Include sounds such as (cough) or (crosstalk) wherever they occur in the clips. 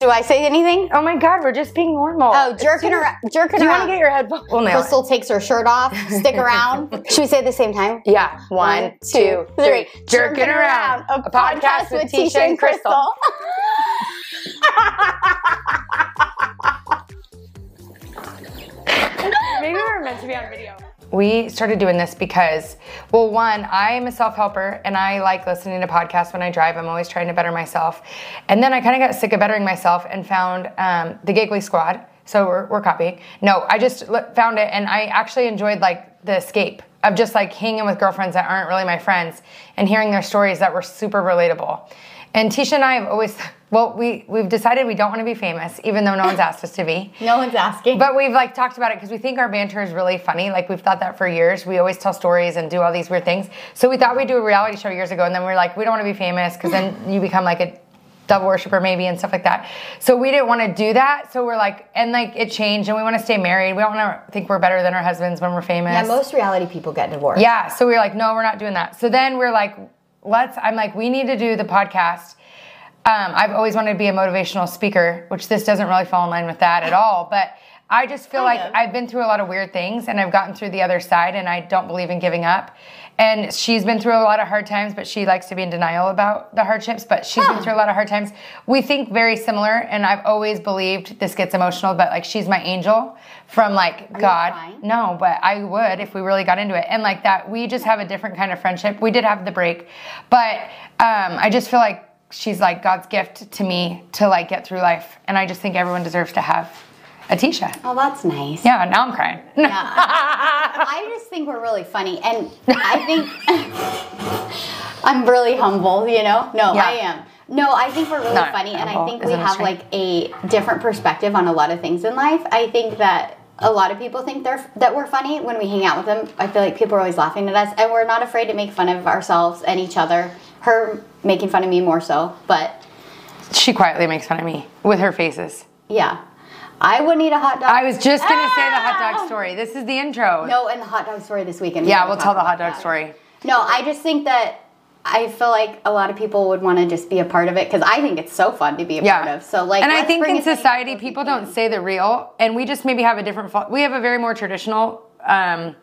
Do I say anything? Oh my God, we're just being normal. Oh, jerking her, jerking Do you her. want to get your head full now? Crystal takes her shirt off. Stick (laughs) around. Should we say it at the same time? Yeah. One, two, three. Jerking, Jerking around. Around, A podcast with Tisha and Crystal. (laughs) Maybe we were meant to be on video. We started doing this because, well, one, I'm a self helper and I like listening to podcasts when I drive. I'm always trying to better myself. And then I kind of got sick of bettering myself and found um, the Giggly Squad. So we're, we're copying. No, I just l- found it and I actually enjoyed like the escape of just like hanging with girlfriends that aren't really my friends and hearing their stories that were super relatable. And Tisha and I have always, well, we, we've decided we don't want to be famous, even though no one's asked us to be. No one's asking. But we've like talked about it because we think our banter is really funny. Like we've thought that for years. We always tell stories and do all these weird things. So we thought we'd do a reality show years ago, and then we were like, we don't want to be famous (sighs) because then you become like a devil worshiper maybe and stuff like that. So we didn't want to do that. So we're like, and like it changed, and we want to stay married. We don't want to think we're better than our husbands when we're famous. yeah, most reality people get divorced. Yeah. So we were like, no, we're not doing that. So then we're like, let's, I'm like, we need to do the podcast. Um, I've always wanted to be a motivational speaker, which this doesn't really fall in line with that at all. But I just feel like of. I've been through a lot of weird things and I've gotten through the other side and I don't believe in giving up. And she's been through a lot of hard times, but she likes to be in denial about the hardships. But she's been through a lot of hard times. We think very similar, and I've always believed this gets emotional, but like she's my angel from like God. crying? No, but I would if we really got into it. And like that, we just have a different kind of friendship. We did have the break, but um, I just feel like she's like God's gift to me to like get through life. And I just think everyone deserves to have a Tisha. Oh, that's nice. Yeah, now I'm crying. I just think we're really funny, and I think (laughs) I'm really humble. You know? No, Yeah. I am. No, I think we're really Not funny, and I humble think is we an have extreme. like a different perspective on a lot of things in life. I think that a lot of people think they're that we're funny when we hang out with them. I feel like people are always laughing at us, and we're not afraid to make fun of ourselves and each other. Her making fun of me more so, but she quietly makes fun of me with her faces. yeah, I wouldn't eat a hot dog. I was just gonna say the hot Ah! dog story. This is the intro. No, and the hot dog story this weekend. Yeah, gotta we'll talk tell the about hot dog that. story. No, I just think that I feel like a lot of people would want to just be a part of it because I think it's so fun to be a part Yeah. of. So like, and I let's think bring in as many society, as we people can. don't say the real, and we just maybe have a different. Fo- we have a very more traditional um,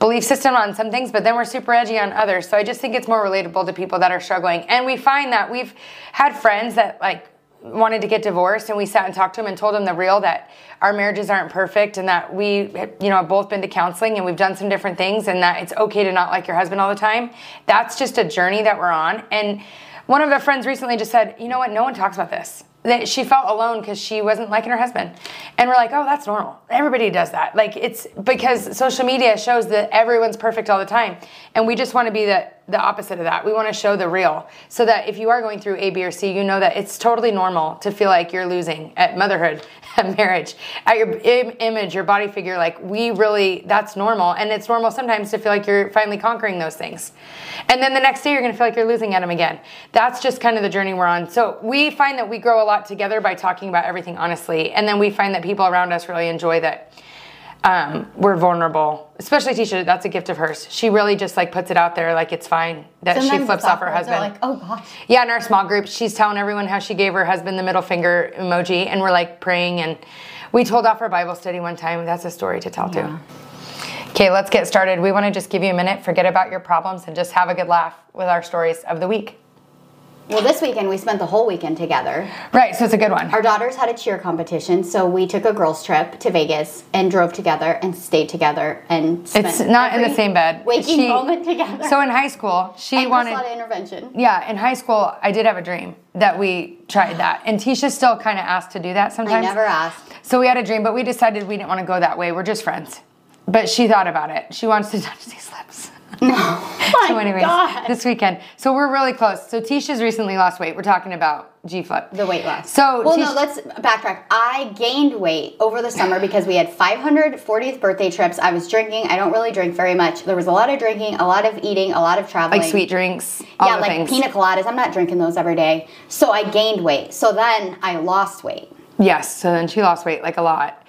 belief system on some things, but then we're super edgy on others. So I just think it's more relatable to people that are struggling, and we find that we've had friends that like wanted to get divorced and we sat and talked to them and told them the real that our marriages aren't perfect and that we you know have both been to counseling and we've done some different things and that it's okay to not like your husband all the time that's just a journey that we're on and one of the friends recently just said, you know what, no one talks about this. That she felt alone because she wasn't liking her husband. And we're like, oh, that's normal. Everybody does that. Like it's because social media shows that everyone's perfect all the time. And we just want to be the, the opposite of that. We want to show the real. So that if you are going through A, B, or C, you know that it's totally normal to feel like you're losing at motherhood, (laughs) at marriage, at your Im- image, your body figure. Like we really, that's normal. And it's normal sometimes to feel like you're finally conquering those things. And then the next day, you're going to feel like you're losing at them again. That's just kind of the journey we're on. So we find that we grow a lot together by talking about everything honestly. And then we find that people around us really enjoy that um, we're vulnerable, especially Tisha. That's a gift of hers. She really just like puts it out there like it's fine that Sometimes she flips it's off her awkward. They're husband. Like, oh gosh. Yeah, in our small group, she's telling everyone how she gave her husband the middle finger emoji, and we're like praying. And we told off our Bible study one time. That's a story to tell too. Okay, let's get started. We want to just give you a minute, forget about your problems, and just have a good laugh with our stories of the week. Well, this weekend we spent the whole weekend together. Right, so it's a good one. Our daughters had a cheer competition, so we took a girls' trip to Vegas and drove together and stayed together and. Spent It's not in the every same bed. Waking She- moment together. So in high school, she and wanted. a lot of intervention. Yeah, in high school, I did have a dream that we tried that. And Tisha still kind of asked to do that I sometimes. never asked. So we had a dream, but we decided we didn't want to go that way. We're just friends. But she thought about it. She wants to (laughs) touch these lips. (laughs) so, my anyways, God. this weekend. So we're really close. So Tisha's recently lost weight. We're talking about G Flip. the weight loss. So well, Tisha- no, let's backtrack. I gained weight over the summer because we had 540th birthday trips. I was drinking. I don't really drink very much. There was a lot of drinking, a lot of eating, a lot of traveling. like sweet drinks, all yeah, the like things. pina coladas. I'm not drinking those every day. So I gained weight. So then I lost weight. Yes. So then she lost weight like a lot.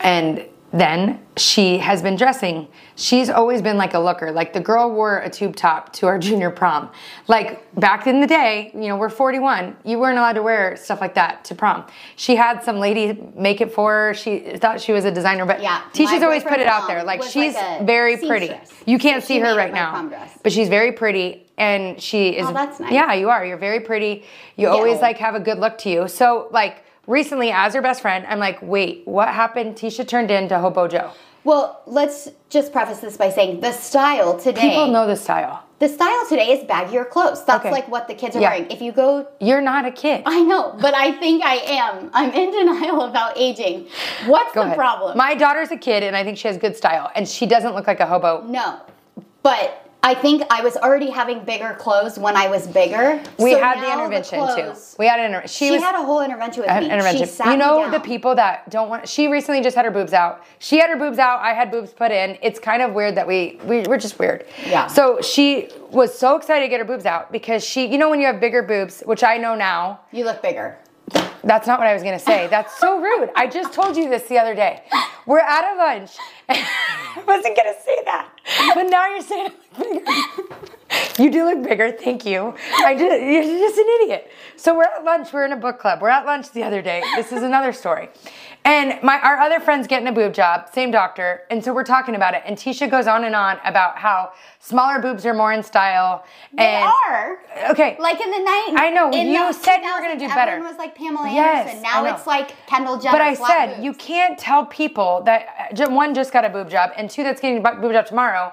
And then she has been dressing. She's always been like a looker. Like the girl wore a tube top to our (laughs) junior prom. Like back in the day, you know, we're 41. You weren't allowed to wear stuff like that to prom. She had some lady make it for her. She thought she was a designer, but Yeah, teachers my always put it boyfriend's out there. mom Like was like she's a very pretty. seamstress. You can't So she see her made right my now, prom dress. but she's very pretty. And she is. Oh, that's nice. Yeah, you are. You're very pretty. You always like have a good look to you. So like recently, as her best friend, I'm like, wait, what happened? Tisha turned into Hobo Joe. Well, let's just preface this by saying the style today. People know the style. the style today is baggier clothes. That's Okay. like what the kids are Yeah. wearing. If you go, You're not a kid. I know, but I think I am. I'm in denial about aging. What's Go the ahead. problem? My daughter's a kid, and I think she has good style, and she doesn't look like a hobo. no, but. I think I was already having bigger clothes when I was bigger. We So had now the intervention clothes- too. We had an intervention. She, She, was, had a whole intervention with an me. intervention. She sat you me know the down. people that don't want. She recently just had her boobs out. She had her boobs out. I had boobs put in. It's kind of weird that we, we we're just weird. Yeah. So she was so excited to get her boobs out because she, you know, when you have bigger boobs, which I know now, You look (laughs) bigger. That's not what I was gonna say. That's so rude. I just told you this the other day. We're at a lunch. I (laughs) wasn't gonna say that, but now you're saying I look bigger. You do look bigger. Thank you. I just, you're just an idiot. So we're at lunch. We're in a book club. We're at lunch the other day. This is another story. And my our other friend's getting a boob job, same doctor, and so we're talking about it. And Tisha goes on and on about how smaller boobs are more in style. They and are. okay, Like in the night. I know, in you the said you were gonna do 2000s, better. Everyone was like Pamela Yes, Anderson. I know. Now it's like Kendall Jenner. But I flat said boobs. you can't tell people that uh, ju- one just got a boob job and two that's getting a bu- boob job tomorrow.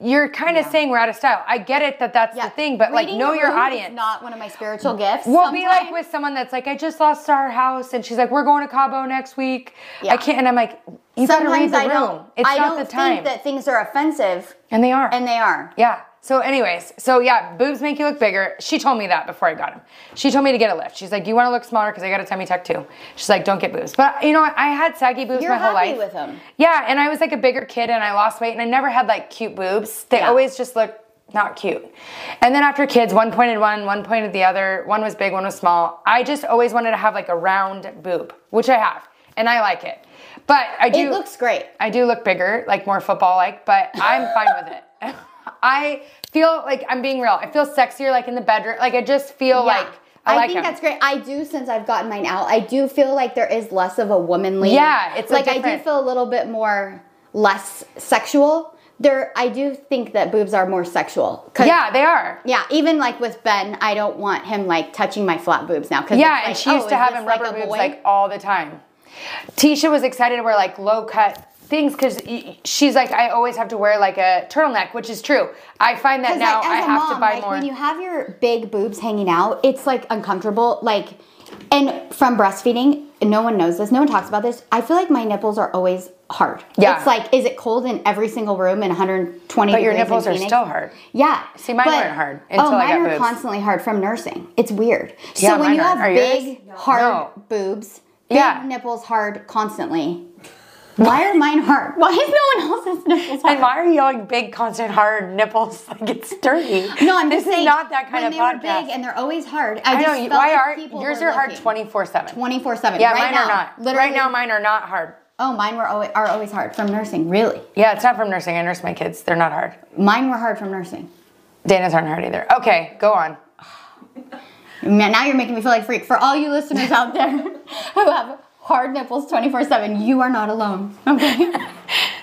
You're kind of saying we're out of style. I get it that that's Yeah. the thing, but like Reading know the your room is audience. Not one of my spiritual gifts. We'll be like sometimes. with someone that's like, I just lost our house, and she's like, we're going to Cabo next week. I Yeah. can't, and I'm like, you gotta Sometimes read the I don't. room. It's I not don't the time, think that things are offensive, and they are, and they are. yeah. So, anyways, so yeah, boobs make you look bigger. She told me that before I got them. She told me to get a lift. She's like, you want to look smaller because I got a tummy tuck too. She's like, don't get boobs. But you know what? I had saggy boobs You're my whole happy life. with them. Yeah, and I was like a bigger kid and I lost weight and I never had like cute boobs. They Yeah. always just looked not cute. And then after kids, one pointed one, one pointed the other, one was big, one was small. I just always wanted to have like a round boob, which I have, and I like it. But I do It looks great. I do look bigger, like more football like, but I'm (laughs) fine with it. (laughs) I feel like I'm being real. I feel sexier like in the bedroom. Like I just feel Yeah. like I, like think him. that's great. I do since I've gotten mine out. I do feel like there is less of a womanly. Yeah, it's so like I do different. feel a little bit more less sexual. There, I do think that boobs are more sexual. 'Cause- Yeah, they are. yeah. Even like with Ben, I don't want him like touching my flat boobs now. 'cause Yeah, it's and like, she used oh, to is have this him rubber like a boobs boy? like all the time. Tisha was excited to wear like low cut things because she's like, I always have to wear like a turtleneck, which is true. I find that 'Cause, now like, I as a have to mom, buy like, more. When you have your big boobs hanging out, it's like uncomfortable. Like, and from breastfeeding, no one knows this. No one talks about this. I feel like my nipples are always hard. Yeah. It's like, is it cold in every single room in 120? But degrees your in nipples are Phoenix? still hard. Yeah. See, mine but- weren't hard oh, until I mine got are boobs. constantly hard from nursing. It's weird. Yeah, so when mine you aren't. have Are yours? big hard No. boobs, big Yeah. nipples hard constantly. Why are mine (laughs) hard? Why is no one else's nipples hard? and why are you yelling big, constant, hard nipples (laughs) like it's dirty? No, I'm this just saying. is not that kind when of they podcast. were big and they're always hard. I, I just know. you- felt Why like are people yours were are hard looking. twenty four seven? 24/7. Yeah, right mine now, are not. Literally, Right now, mine are not hard. Oh, mine were always, are always hard from nursing. Really, Yeah, it's not from nursing. I nurse my kids. They're not hard. mine were hard from nursing. Dana's aren't hard either. Okay, go on. Man, now you're making me feel like a freak. For all you listeners out there (laughs) who have hard nipples 24/7, you are not alone. Okay.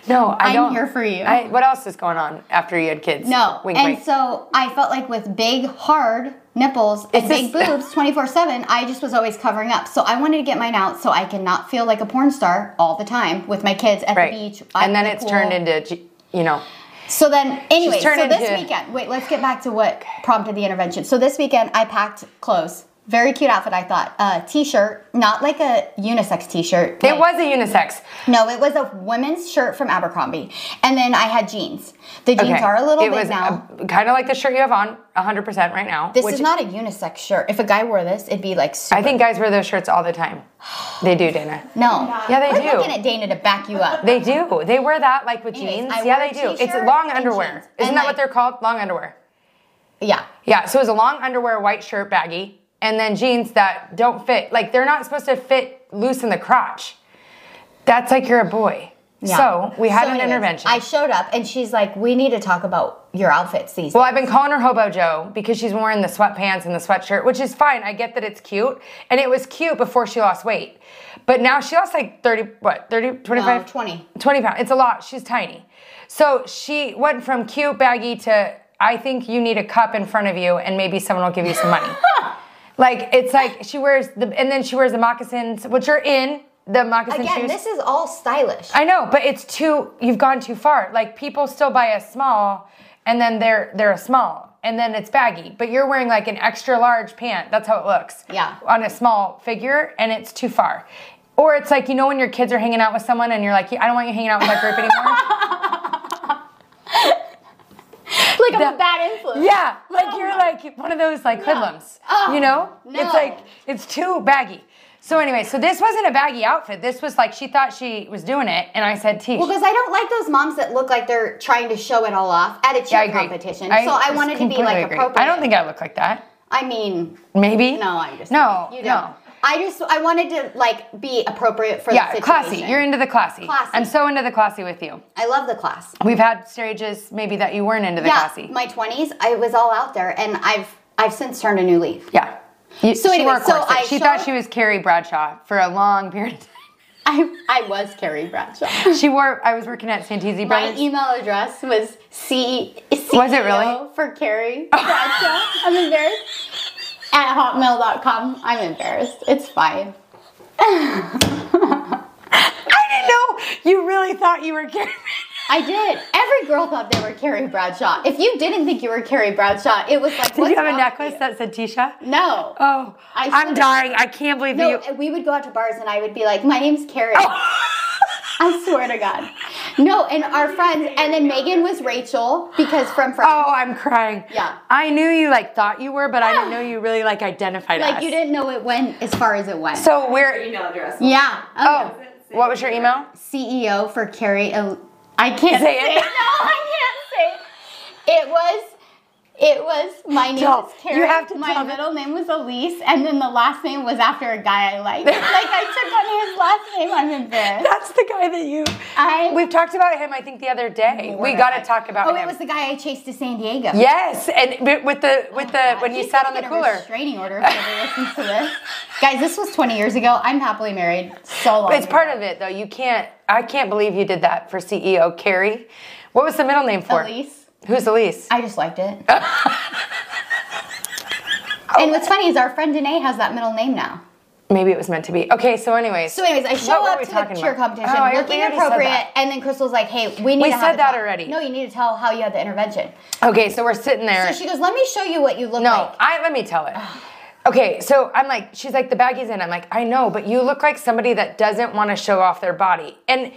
No, I I'm don't. here for you. I, what else is going on after you had kids? No. wink, and wink. so I felt like with big, hard nipples and It's big just- (laughs) boobs 24 7, I just was always covering up. So I wanted to get mine out so I can not feel like a porn star all the time with my kids at right, the beach. out in and then the it's pool. turned into, g- you know, So then, anyway, so turned this into- weekend, wait, let's get back to what prompted the intervention. So this weekend, I packed clothes. Very cute outfit, I thought. A t shirt, not like a unisex t shirt. it was a unisex. No, it was a women's shirt from Abercrombie. And then I had jeans. The jeans Okay. are a little It big was now. kind of like the shirt you have on, 100 percent right now. This which is not a unisex shirt. If a guy wore this, it'd be like super. I think guys wear those shirts all the time. They do, Dana. no. Yeah, they I'm do. looking at Dana to back you up. They do. They wear that like with Anyways, jeans. Um, I yeah, wore they a do. It's t-shirt long and underwear. jeans. Isn't And, that what like- they're called? Long underwear. yeah. Yeah, so it was a long underwear, white shirt, baggy, and then jeans that don't fit. Like they're not supposed to fit loose in the crotch. That's like you're a boy. Yeah. So we had So an anyways, intervention. I showed up and she's like, "We need to talk about your outfits these." Well, I've been calling her Hobo Joe because she's wearing the sweatpants and the sweatshirt, which is fine. I get that it's cute. And it was cute before she lost weight. But now she lost like 30, what, 30, 25? 20. 20 pounds. It's a lot. She's tiny. So she went from cute, baggy to, I think you need a cup in front of you and maybe someone will give you (laughs) some money. like, it's like she wears the, and then she wears the moccasins, which are in the moccasin Again, shoes. this is all stylish. I know, but it's too. You've gone too far. Like people still buy a small, and then they're they're a small, and then it's baggy. But you're wearing like an extra large pant. That's how it looks. Yeah. On a small figure, and it's too far. Or it's like you know when your kids are hanging out with someone, and you're like, I don't want you hanging out with that group (laughs) anymore. like I'm that- a bad influence. Yeah, like you're like one of those like hoodlums. Oh, you know? It's no. like it's too baggy. So anyway, so this wasn't a baggy outfit. This was like she thought she was doing it, and I said, "T." Because I don't like those moms that look like they're trying to show it all off at a cheer I agree. competition. so I wanted to be completely like agree. appropriate. I don't think I look like that. I mean, Maybe. no, I'm just No, kidding. You no. don't. I just I wanted to like be appropriate for Yeah, the classy. situation. You're into the classy. Classy. I'm so into the classy with you. I love the class. We've had stages maybe that you weren't into the yeah, classy. my 20s, I was all out there, and I've I've since turned a new leaf. yeah. You- So she anyway, wore a so corset. I she showed thought up- she was Carrie Bradshaw for a long period of time. I I was Carrie (laughs) Bradshaw. She wore. I was working at Santisi My e- Brothers. email address was C. E Was it really? for (laughs) Carrie Bradshaw? I'm embarrassed. At hotmail.com. I'm embarrassed. It's fine. I didn't know you really thought you were Carrie. I did. Every girl thought they were Carrie Bradshaw. If you didn't think you were Carrie Bradshaw, it was like, Did you what's have a wrong necklace with that said Tisha? you? No. Oh, I I am should- dying. I can't believe no, (laughs) you. Oh. we would go out to bars and I would be like, my name's Carrie. (laughs) I swear to God. No, and our friends, and then Megan was Rachel because from Friends. Oh, I'm crying. Yeah. I knew you like thought you were, but (sighs) I didn't know you really like identified like us. you didn't know it went as far as it went. So we're email address. yeah. oh, what was your email? CEO for Carrie. El- I can't say, Say it. it. (laughs) No, I can't say it. It was. It was my name Tell- was you Carrie. have to my tell them. middle name was Elise, and then the last name was after a guy I (laughs) liked. like I took on his last name. I'm embarrassed. That's the guy that you. I We've talked about him, I think, the other day. We got to talk about Oh, him. it was the guy I chased to San Diego. yes, and but with the with the when you He's sat on gonna the get cooler. a restraining order if he ever listens to (laughs) this. Guys, this was 20 years ago. I'm happily married. So long. It's part of it though. You can't. I can't believe you did that for CEO Carrie. What was the middle name for? Elise. Who's Elise? I just liked (laughs) it. and what's funny is our friend Danae has that middle name now. Maybe it was meant to be. Okay, so anyways, So, anyways, I show were up we to talking the cheer about? competition, Oh, I- we looking already said appropriate, that. and then Crystal's like, "Hey, we need." We to have said a that talk. already. No, you need to tell how you had the intervention. okay, so we're sitting there. So she goes, "Let me show you what you look No, like." I let me tell it. (sighs) Okay, so I'm like, she's like, the baggies in. I'm like, I know, but you look like somebody that doesn't want to show off their body, and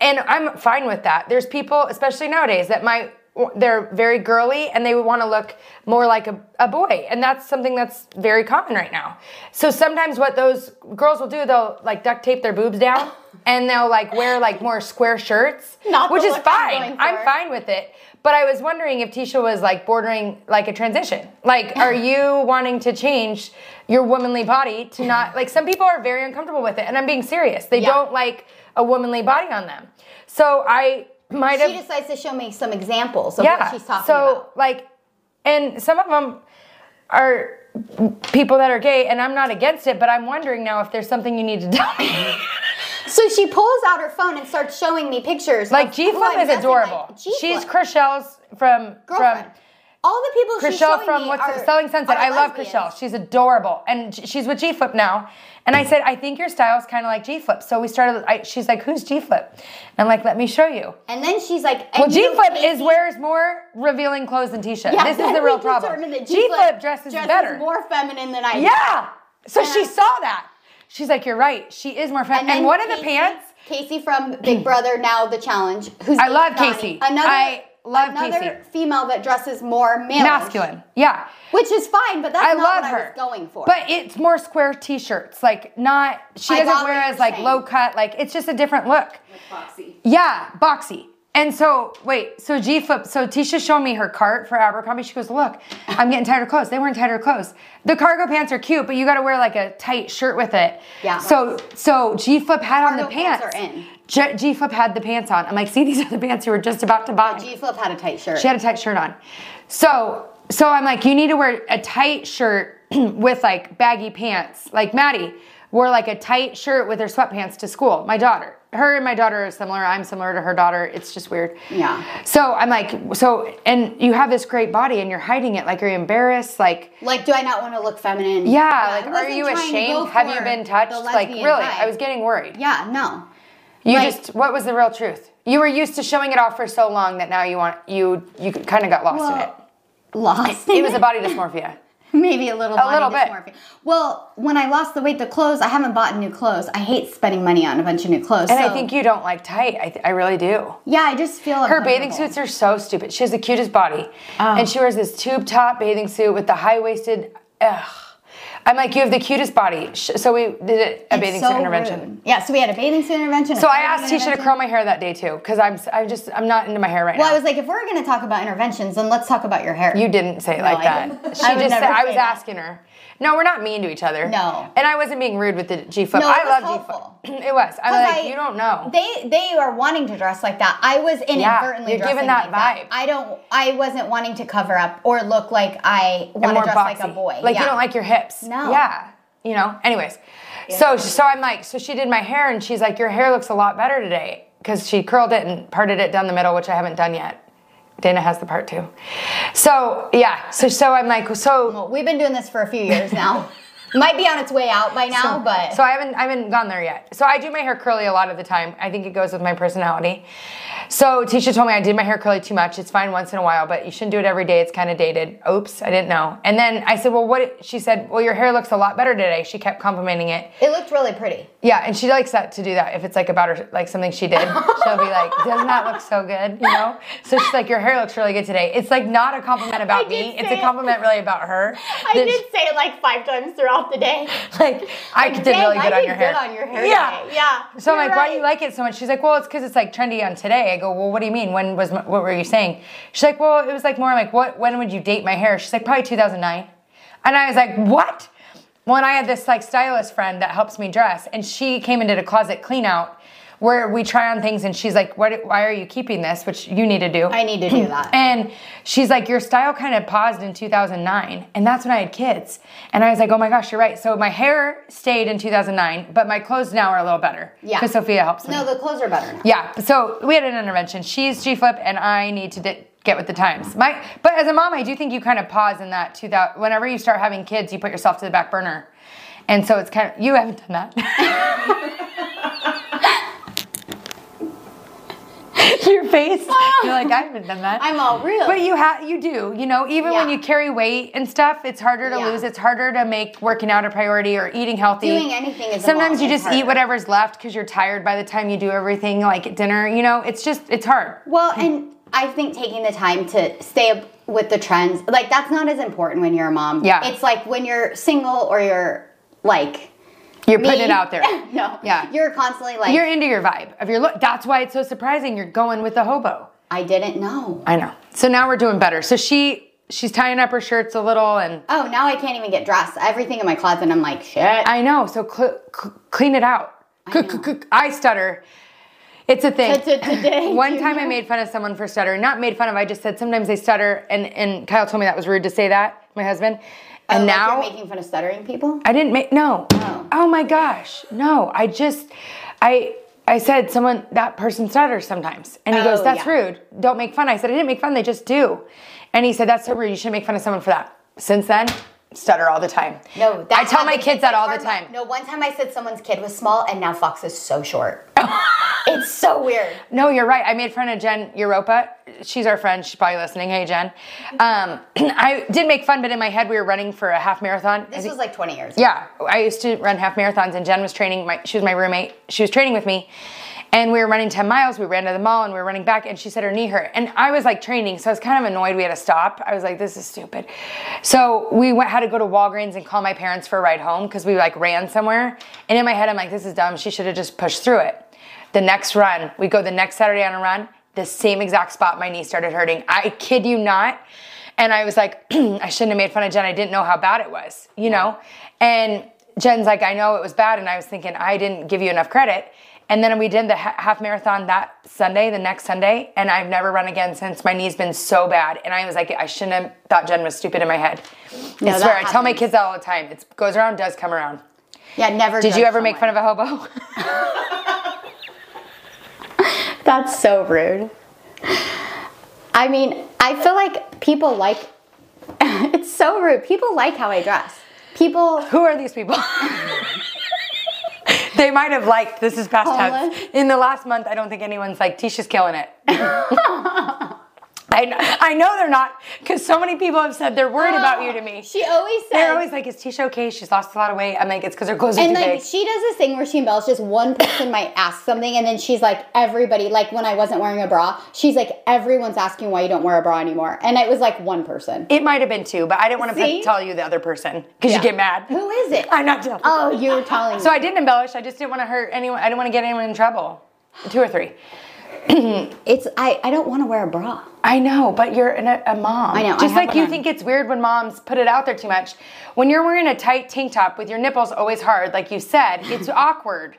and I'm fine with that. There's people, especially nowadays, that might they're very girly and they would want to look more like a, a boy, and that's something that's very common right now. So sometimes what those girls will do, they'll like duct tape their boobs down, and they'll like wear like more square shirts, Not the which is look I'm fine. going I'm for. fine fine with it. But I was wondering if Tisha was like bordering like a transition. Like, are you wanting to change your womanly body to not like some people are very uncomfortable with it, and I'm being serious. They Yeah. don't like a womanly body on them. So I might have she decides to show me some examples of what she's talking so, about. like, and some of them are people that are gay, and I'm not against it, but I'm wondering now if there's something you need to tell me. (laughs) So she pulls out her phone and starts showing me pictures. like, of G who Flip I'm is messing adorable. with. She's G-Flip, Chriselle's from girlfriend. from. all the people she's Chriselle showing from me what's are, Selling Sunset. are I love lesbians. Chriselle. She's adorable, and j- she's with G Flip now. And I said, I think your style's kind of like G Flip. So we started. I, she's like, who's G Flip? And I'm like, let me show you. And then she's like, and Well, you G know, Flip Casey- is wears more revealing clothes than (laughs) Tisha. Yeah, this is then the we real determined problem. that G Flip dresses, better. more feminine than I. do. yeah. So she Yeah. saw that. She's like, you're right. She is more feminine. And, then one of the Casey- pants. Casey from Big Brother, now the challenge. Who's I love Donnie. Casey. Another, I love another Casey. female that dresses more male, Masculine, yeah. which is fine, but that's I not love what her. I was going for. But it's more square t-shirts, like not she I got doesn't what wear you're as like saying. low cut, like it's just a different look. Foxy. Yeah, boxy. And so, wait, so G Flip, so Tisha showed me her cart for Abercrombie. She goes, Look, I'm getting tighter clothes. They weren't tighter clothes. The cargo pants are cute, but you gotta wear like a tight shirt with it. Yeah. So, so G Flip had on the Cargo pants pants. are in. J- G Flip had the pants on. I'm like, See, these are the pants you were just about to buy. G Flip had a tight shirt. She had a tight shirt on. So so I'm like, you need to wear a tight shirt (clears throat) with like baggy pants. Like Maddie wore like a tight shirt with her sweatpants to school. My daughter. Her and my daughter are similar. I'm similar to her daughter. It's just weird. Yeah. So I'm like, so and you have this great body and you're hiding it, like you're embarrassed, like like, do I not want to look feminine? yeah, I like are wasn't you trying to go ashamed? Have for you been the touched? Like lesbian really, vibe. I was getting worried. Yeah, no. You Like- just what was the real truth? You were used to showing it off for so long that now you want you you kind of got lost in it. Well, (laughs) lost. It was (clears throat) a body dysmorphia. (laughs) Maybe a little. A body little bit. dysmorphia. Well, when I lost the weight, the clothes I haven't bought new clothes. I hate spending money on a bunch of new clothes. And so- I think you don't like tight. I, th- I really do. Yeah, I just feel Her bathing suits are so stupid. She has the cutest body. Oh. And she wears this tube top bathing suit with the high waisted. Ugh. I'm like, you have the cutest body. Sh- So we did it, a bathing suit intervention. Yeah, so we had a bathing suit intervention. a So I clothing asked Tisha to intervention. curl my hair that day too, because I'm s- I'm just I'm not into my hair right Well, now. I was like, if we're going to talk about interventions, then let's talk about your hair. you didn't say it like I that. didn't. She I would just said never I say was that. asking her. No, we're not mean to each other. No. And I wasn't being rude with the G flip. No, it I was love helpful. G flip. (clears throat) it was. I'm 'Cause like, I- you don't know. They they are wanting to dress like that. I was inadvertently you're dressing giving that like that. vibe. I don't. I wasn't wanting to cover up or look like I and want to dress like a boxy. boy. Like Yeah. you don't like your hips. No. Yeah. You know. Anyways, so so I'm like, so she did my hair, and she's like, your hair looks a lot better today because she curled it and parted it down the middle, which I haven't done yet. Dana has the part too. So yeah. So so I'm like, so. Well, We've been doing this for a few years (laughs) now. Might be on its way out by now, Oh, but So I haven't I haven't gone there yet. So I do my hair curly a lot of the time. I think it goes with my personality. So Tisha told me I did my hair curly too much. It's fine once in a while, but you shouldn't do it every day. It's kind of dated. Oops, I didn't know. And then I said, "Well, what?" She said, "Well, your hair looks a lot better today." She kept complimenting it. it looked really pretty. Yeah, and she likes that to do that. If it's like about her, like something she did, she'll (laughs) be like, "Doesn't that look so good?" You know. So she's like, "Your hair looks really good today." It's like not a compliment about I me. did It's say a it. compliment really about (laughs) her. That she- say it like five times throughout the day. like I (laughs) did Dang, really I good on did your good hair. on your hair Yeah, today. Yeah, So I'm you're like, why do you right. like it so much? She's like, well, it's because it's like trendy on today. I go, well, what do you mean? When was my, what were you saying? She's like, well, it was like more like what? When would you date my hair? She's like, probably 2009. And I was like, what? Well, and I had this like stylist friend that helps me dress, and she came and did a closet clean out where we try on things, and she's like, what? Why are you keeping this? Which you need to do. I need to do that. And she's like, Your style kind of paused in 2009. And that's when I had kids. And I was like, Oh my gosh, you're right. So my hair stayed in 2009, but my clothes now are a little better. Yeah. Because Sophia helps me. no, the clothes are better now. yeah. So we had an intervention. She's G Flip, and I need to di- get with the times. My, But as a mom, I do think you kind of pause in that 2000. Whenever you start having kids, you put yourself to the back burner. And so it's kind of, you haven't (laughs) done that. (laughs) Your (laughs) face. You're like, I haven't done that. I'm all real. But you have, you do, you know. Even when Yeah. you carry weight and stuff, it's harder to Yeah. lose. It's harder to make working out a priority or eating healthy. Doing anything as a Sometimes mom you is just eat harder. whatever's left because you're tired by the time you do everything, like at dinner. You know, it's just it's hard. Well, and I think taking the time to stay up with the trends, like that's not as important when you're a mom. Yeah. It's like when you're single or you're like You're putting me. (laughs) it out there. no. Yeah. You're constantly like You're into your vibe of your look. That's why it's so surprising. You're going with the hobo. I didn't know. I know. So now we're doing better. So she she's tying up her shirts a little and. Oh, now I can't even get dressed. Everything in my closet, I'm like, shit. I know. So cl- cl- clean it out. I, I stutter. It's a thing. Today, (laughs) One time I made fun of someone for stuttering. Not made fun of. I just said sometimes they stutter, and and Kyle told me that was rude to say that. My husband. And Oh, like now you're making fun of stuttering people. I didn't make no. Oh. Oh my gosh, no! I just I I said someone that person stutters sometimes, and he goes, Oh, "That's yeah. rude. Don't make fun." I said, "I didn't make fun. They just do," and he said, "That's so rude. You should make fun of someone for that." Since then, stutter all the time. No, I tell my happened- kids it's that like all the karma. time. No, one time I said someone's kid was small, and now Fox is so short. it's so weird. No, you're right. I made fun of Jen Europa. She's our friend. She's probably listening. Hey, Jen. Um, (clears throat) I did make fun, but in my head, we were running for a half marathon. I This think- was like 20 years. ago. yeah, I used to run half marathons, and Jen was training. My she was my roommate. She was training with me, and we were running ten miles. We ran to the mall, and we were running back. And she said her knee hurt, and I was like training, so I was kind of annoyed. We had to stop. I was like, this is stupid. So we went had to go to Walgreens and call my parents for a ride home because we like ran somewhere. And in my head, I'm like, this is dumb. She should have just pushed through it. The next run, we go the next Saturday on a run. the same exact spot my knee started hurting. I kid you not. And I was like, (clears throat) I shouldn't have made fun of Jen. I didn't know how bad it was, you know? And Jen's like, I know it was bad. And I was thinking, I didn't give you enough credit. And then we did the ha- half marathon that Sunday, the next Sunday, and I've never run again since. My knee's been so bad, and I was like, I shouldn't have thought Jen was stupid in my head. I No, swear, that I tell my happens. kids that all the time. It goes around, does come around. Yeah, never. Did you ever make fun of a hobo? of? That's so rude. I mean, I feel like people like. (laughs) it's so rude. People like how I dress. People Who are these people? (laughs) they might have liked. This is past tense. Homeless. In the last month, I don't think anyone's like Tisha's killing it. (laughs) I, kn- I know they're not because so many people have said they're worried about you to me. She always says. They're always like, "Is Tisha okay? She's lost a lot of weight." I'm like, "It's because her clothes are and too like big." she does this thing where she embellishes. One person might ask something, and then she's like, "Everybody." Like when I wasn't wearing a bra, she's like, "Everyone's asking why you don't wear a bra anymore," and it was like one person. It might have been two, but I didn't want to See? tell you the other person because Yeah. you get mad. Who is it? (laughs) I'm not telling. Oh, you were telling me. So I didn't embellish. I just didn't want to hurt anyone. I didn't want to get anyone in trouble. Two or three. it's I. I don't want to wear a bra. I know, but you're an, a mom. I know, I Just have like one you on. think it's weird when moms put it out there too much. When you're wearing a tight tank top with your nipples always hard, like you said, (laughs) it's awkward.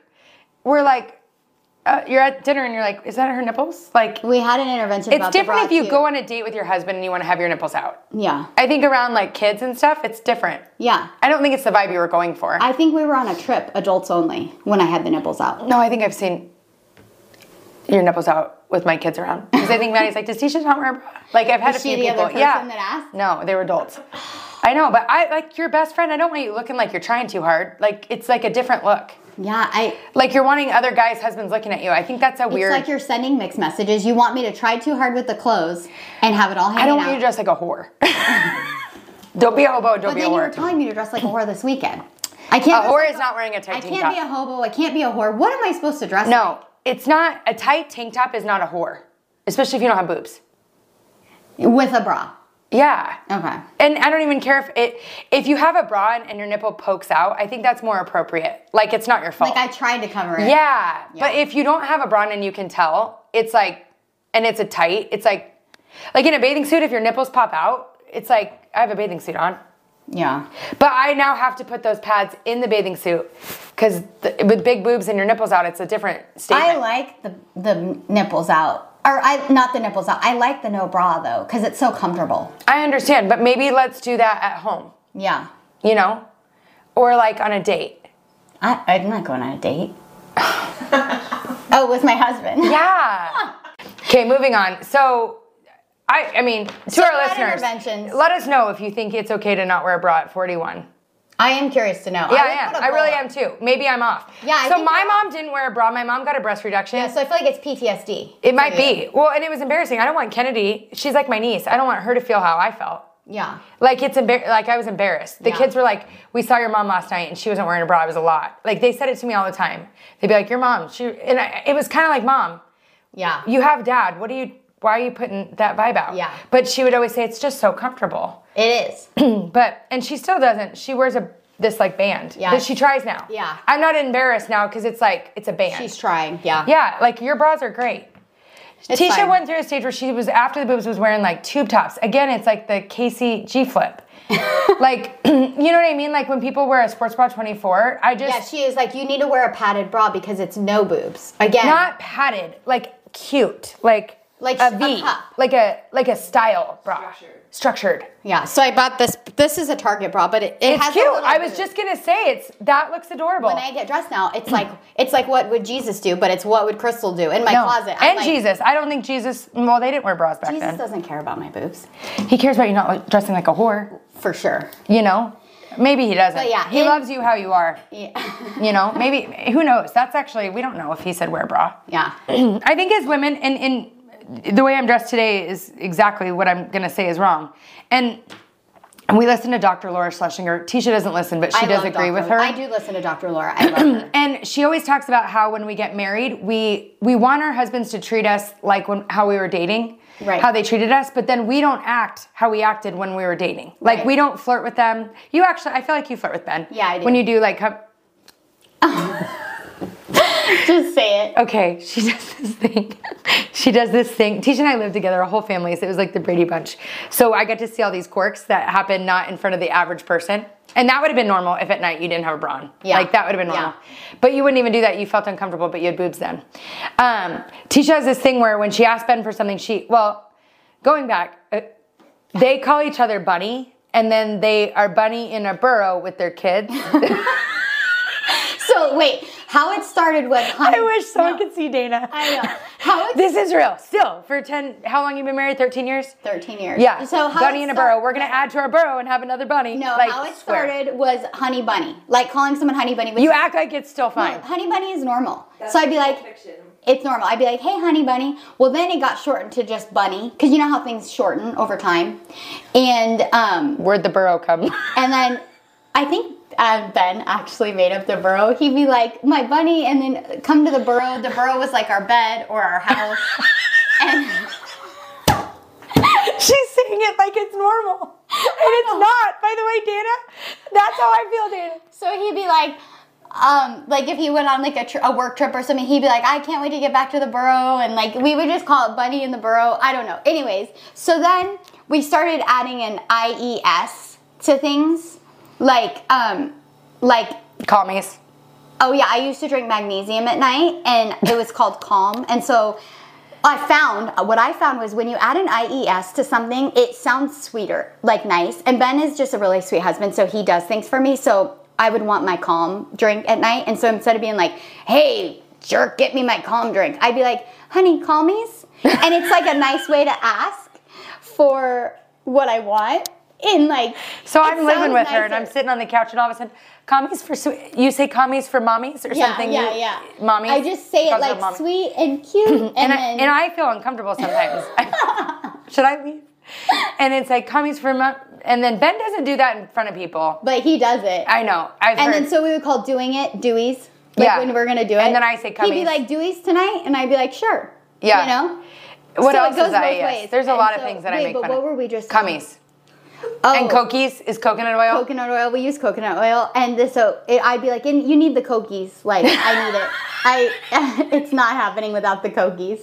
We're like, uh, you're at dinner and you're like, is that her nipples? Like, We had an intervention. it's about the different bra, if you too. go on a date with your husband and you want to have your nipples out. Yeah, I think around like kids and stuff, it's different. yeah. I don't think it's the vibe you were going for. I think we were on a trip, adults only, when I had the nipples out. No, I think I've seen your nipples out with my kids around. Because I think Maddie's like, does Tisha not wear a bra? Like I've had Was a few she the people. other person yeah. that asked? No, they were adults. I know, but I like your best friend. I don't want you looking like you're trying too hard. Like it's like a different look. Yeah, I. Like you're wanting other guys' husbands looking at you. I think that's a weird. It's like you're sending mixed messages. You want me to try too hard with the clothes and have it all hanging I don't out. want you to dress like (laughs) a whore. (laughs) don't be a hobo. but Don't be a then you were whore. telling me to dress like a whore this weekend. I can't. a dress whore like is not wearing a tight I tank can't top. be a hobo. I can't be a whore. What am I supposed to dress? like? no, it's not a tight tank top. Is not a whore, especially if you don't have boobs. with a bra. Yeah. Okay. And I don't even care if it if you have a bra and, and your nipple pokes out, I think that's more appropriate. Like it's not your fault. Like I tried to cover it. yeah. But if you don't have a bra and you can tell, it's like and it's a tight, it's like like in a bathing suit, if your nipples pop out, it's like I have a bathing suit on. Yeah. But I now have to put those pads in the bathing suit because with big boobs and your nipples out, it's a different I statement. like the the nipples out, or I not the nipples out. I like the no bra though, because it's so comfortable. I understand, but maybe let's do that at home, Yeah. you know, or like on a date. I, I'm not going on a (laughs) date. oh, with my husband. Yeah. Okay, moving on. So, I, I mean, to our about listeners, interventions. let us know if you think it's okay to not wear a bra at 41. I am curious to know. Yeah, I, would am. put a I really bra am too. Maybe I'm off. Yeah, I so think my you're mom didn't wear a bra. My mom got a breast reduction. on. So I feel like it's PTSD. it might be. Well, and it was embarrassing. I don't want Kennedy. She's like my niece. I don't want her to feel how I felt. Yeah. Like it's embar- like I was embarrassed. The Yeah. kids were like, "We saw your mom last night, and she wasn't wearing a bra. It was a lot." Like they said it to me all the time. They'd be like, "Your mom." She and I, it was kind of like, "Mom, Yeah. you have dad. What do you? Why are you putting that vibe out? Yeah. But she would always say it's just so comfortable. it is. But and she still doesn't. She wears a this like band Yeah. that she tries now. Yeah. I'm not embarrassed now because it's like it's a band. She's trying. Yeah. yeah, like your bras are great. It's Tisha fine. went through a stage where she was after the boobs was wearing like tube tops. Again, it's like the Casey G (laughs) flip. like (clears throat) you know what I mean? Like when people wear a sports bra 24, I just Yeah, she was like, you need to wear a padded bra because it's no boobs. Again, not padded, like cute, like Like a a V, cup. like a like a style bra, Structured. structured. yeah. So I bought this. This is a Target bra, but it, it It's has a cute. little I was boob. just gonna say it's that looks adorable. When I get dressed now, it's like it's like what would Jesus do, but it's what would Crystal do in my No. closet. I'm and like, Jesus. I don't think Jesus. Well, they didn't wear bras back Jesus then. doesn't care about my boobs He cares about you not like, dressing like a whore. for sure. You know. Maybe he doesn't. But yeah, he in- loves you how you are. Yeah. (laughs) You know, maybe who knows? That's actually we don't know if he said wear a bra. yeah. (clears throat) I think as women, and in the way I'm dressed today is exactly what I'm gonna say is wrong. And and we listen to Dr. Laura Schlesinger. Tisha doesn't listen, but she I does love agree Dr. with her. I do listen to Dr. Laura. I love her. And she always talks about how when we get married, we we want our husbands to treat us like when how we were dating, Right. how they treated us, but then we don't act how we acted when we were dating. Like Right. we don't flirt with them. You actually, I feel like you flirt with Ben. Yeah, I do. When you do like, come- Just say it. (laughs) okay, she does this thing. she does this thing. Tisha and I lived together, our whole family, so it was like the Brady Bunch. So I got to see all these quirks that happen not in front of the average person. And that would have been normal if at night you didn't have a bra on. Yeah. Like that would have been normal. But you wouldn't even do that. You felt uncomfortable, but you had boobs then. Um, Tisha has this thing where when she asked Ben for something, she, well, going back, uh, they call each other bunny, and then they are bunny in a burrow with their kids. (clears throat) (laughs) So wait, how it started with? I wish someone could see Dana. (laughs) I know. How it, This is real. Still, for 10, how long you been married? 13 years? Thirteen years. Yeah. So how bunny it in a start- burrow. We're going to add to our burrow and have another bunny. No, Like, how it swear. started was honey bunny, like calling someone honey bunny. Which You act like it's still fine. honey bunny is normal. so I'd be like, it's normal. I'd be like, hey, honey bunny. Well, then it got shortened to just bunny because you know how things shorten over time, and um, Where'd the burrow come? (laughs) and then I think. Uh, ben actually made up the burrow. He'd be like, "My bunny," and then come to the burrow. The burrow was like our bed or our house, and She's saying it like it's normal. And it's not. By the way, Dana, that's how I feel, Dana. So he'd be like, um, like if he went on like a, tr- a work trip or something, he'd be like, I can't wait to get back to the burrow, and like we would just call it Buddy in the burrow. I don't know. Anyways, so then we started adding an IES to things, like um, like Commies. oh yeah, I used to drink magnesium at night, and it was called Calm, and so. I found what I found was when you add an IES to something, it sounds sweeter, like nice. And Ben is just a really sweet husband, so he does things for me. So I would want my calm drink at night. And so instead of being like, hey, jerk, get me my calm drink, I'd be like, honey, (laughs) calmies. And it's like a nice way to ask for what I want. In like, So it I'm living sounds with her and I'm nicer. sitting on the couch and all of a sudden, commies for sweet. You say commies for mommies or Yeah, something? yeah, you- yeah. Mommies? I just say Because it of like mommies. sweet and cute, (laughs) and, and, then I, and I feel uncomfortable (laughs) sometimes. Should I leave? And it's like commies for mom. And then Ben doesn't do that in front of people. but he does it. I know. I've heard- And then so we would call doing it Dewey's. Like Yeah. when we we're gonna do it. And then I say He'd cummies. be like Dewey's tonight, and I'd be like, sure. Yeah. You know. what so else it goes is both I? yes. ways. There's a And lot of so- things that I wait, make but fun what of. were we just saying? Commies Oh, and cookies is coconut oil. Coconut oil. We use coconut oil, and this, so it, I'd be like, and you need the cokies. Like I need (laughs) it. I. (laughs) It's not happening without the cokies.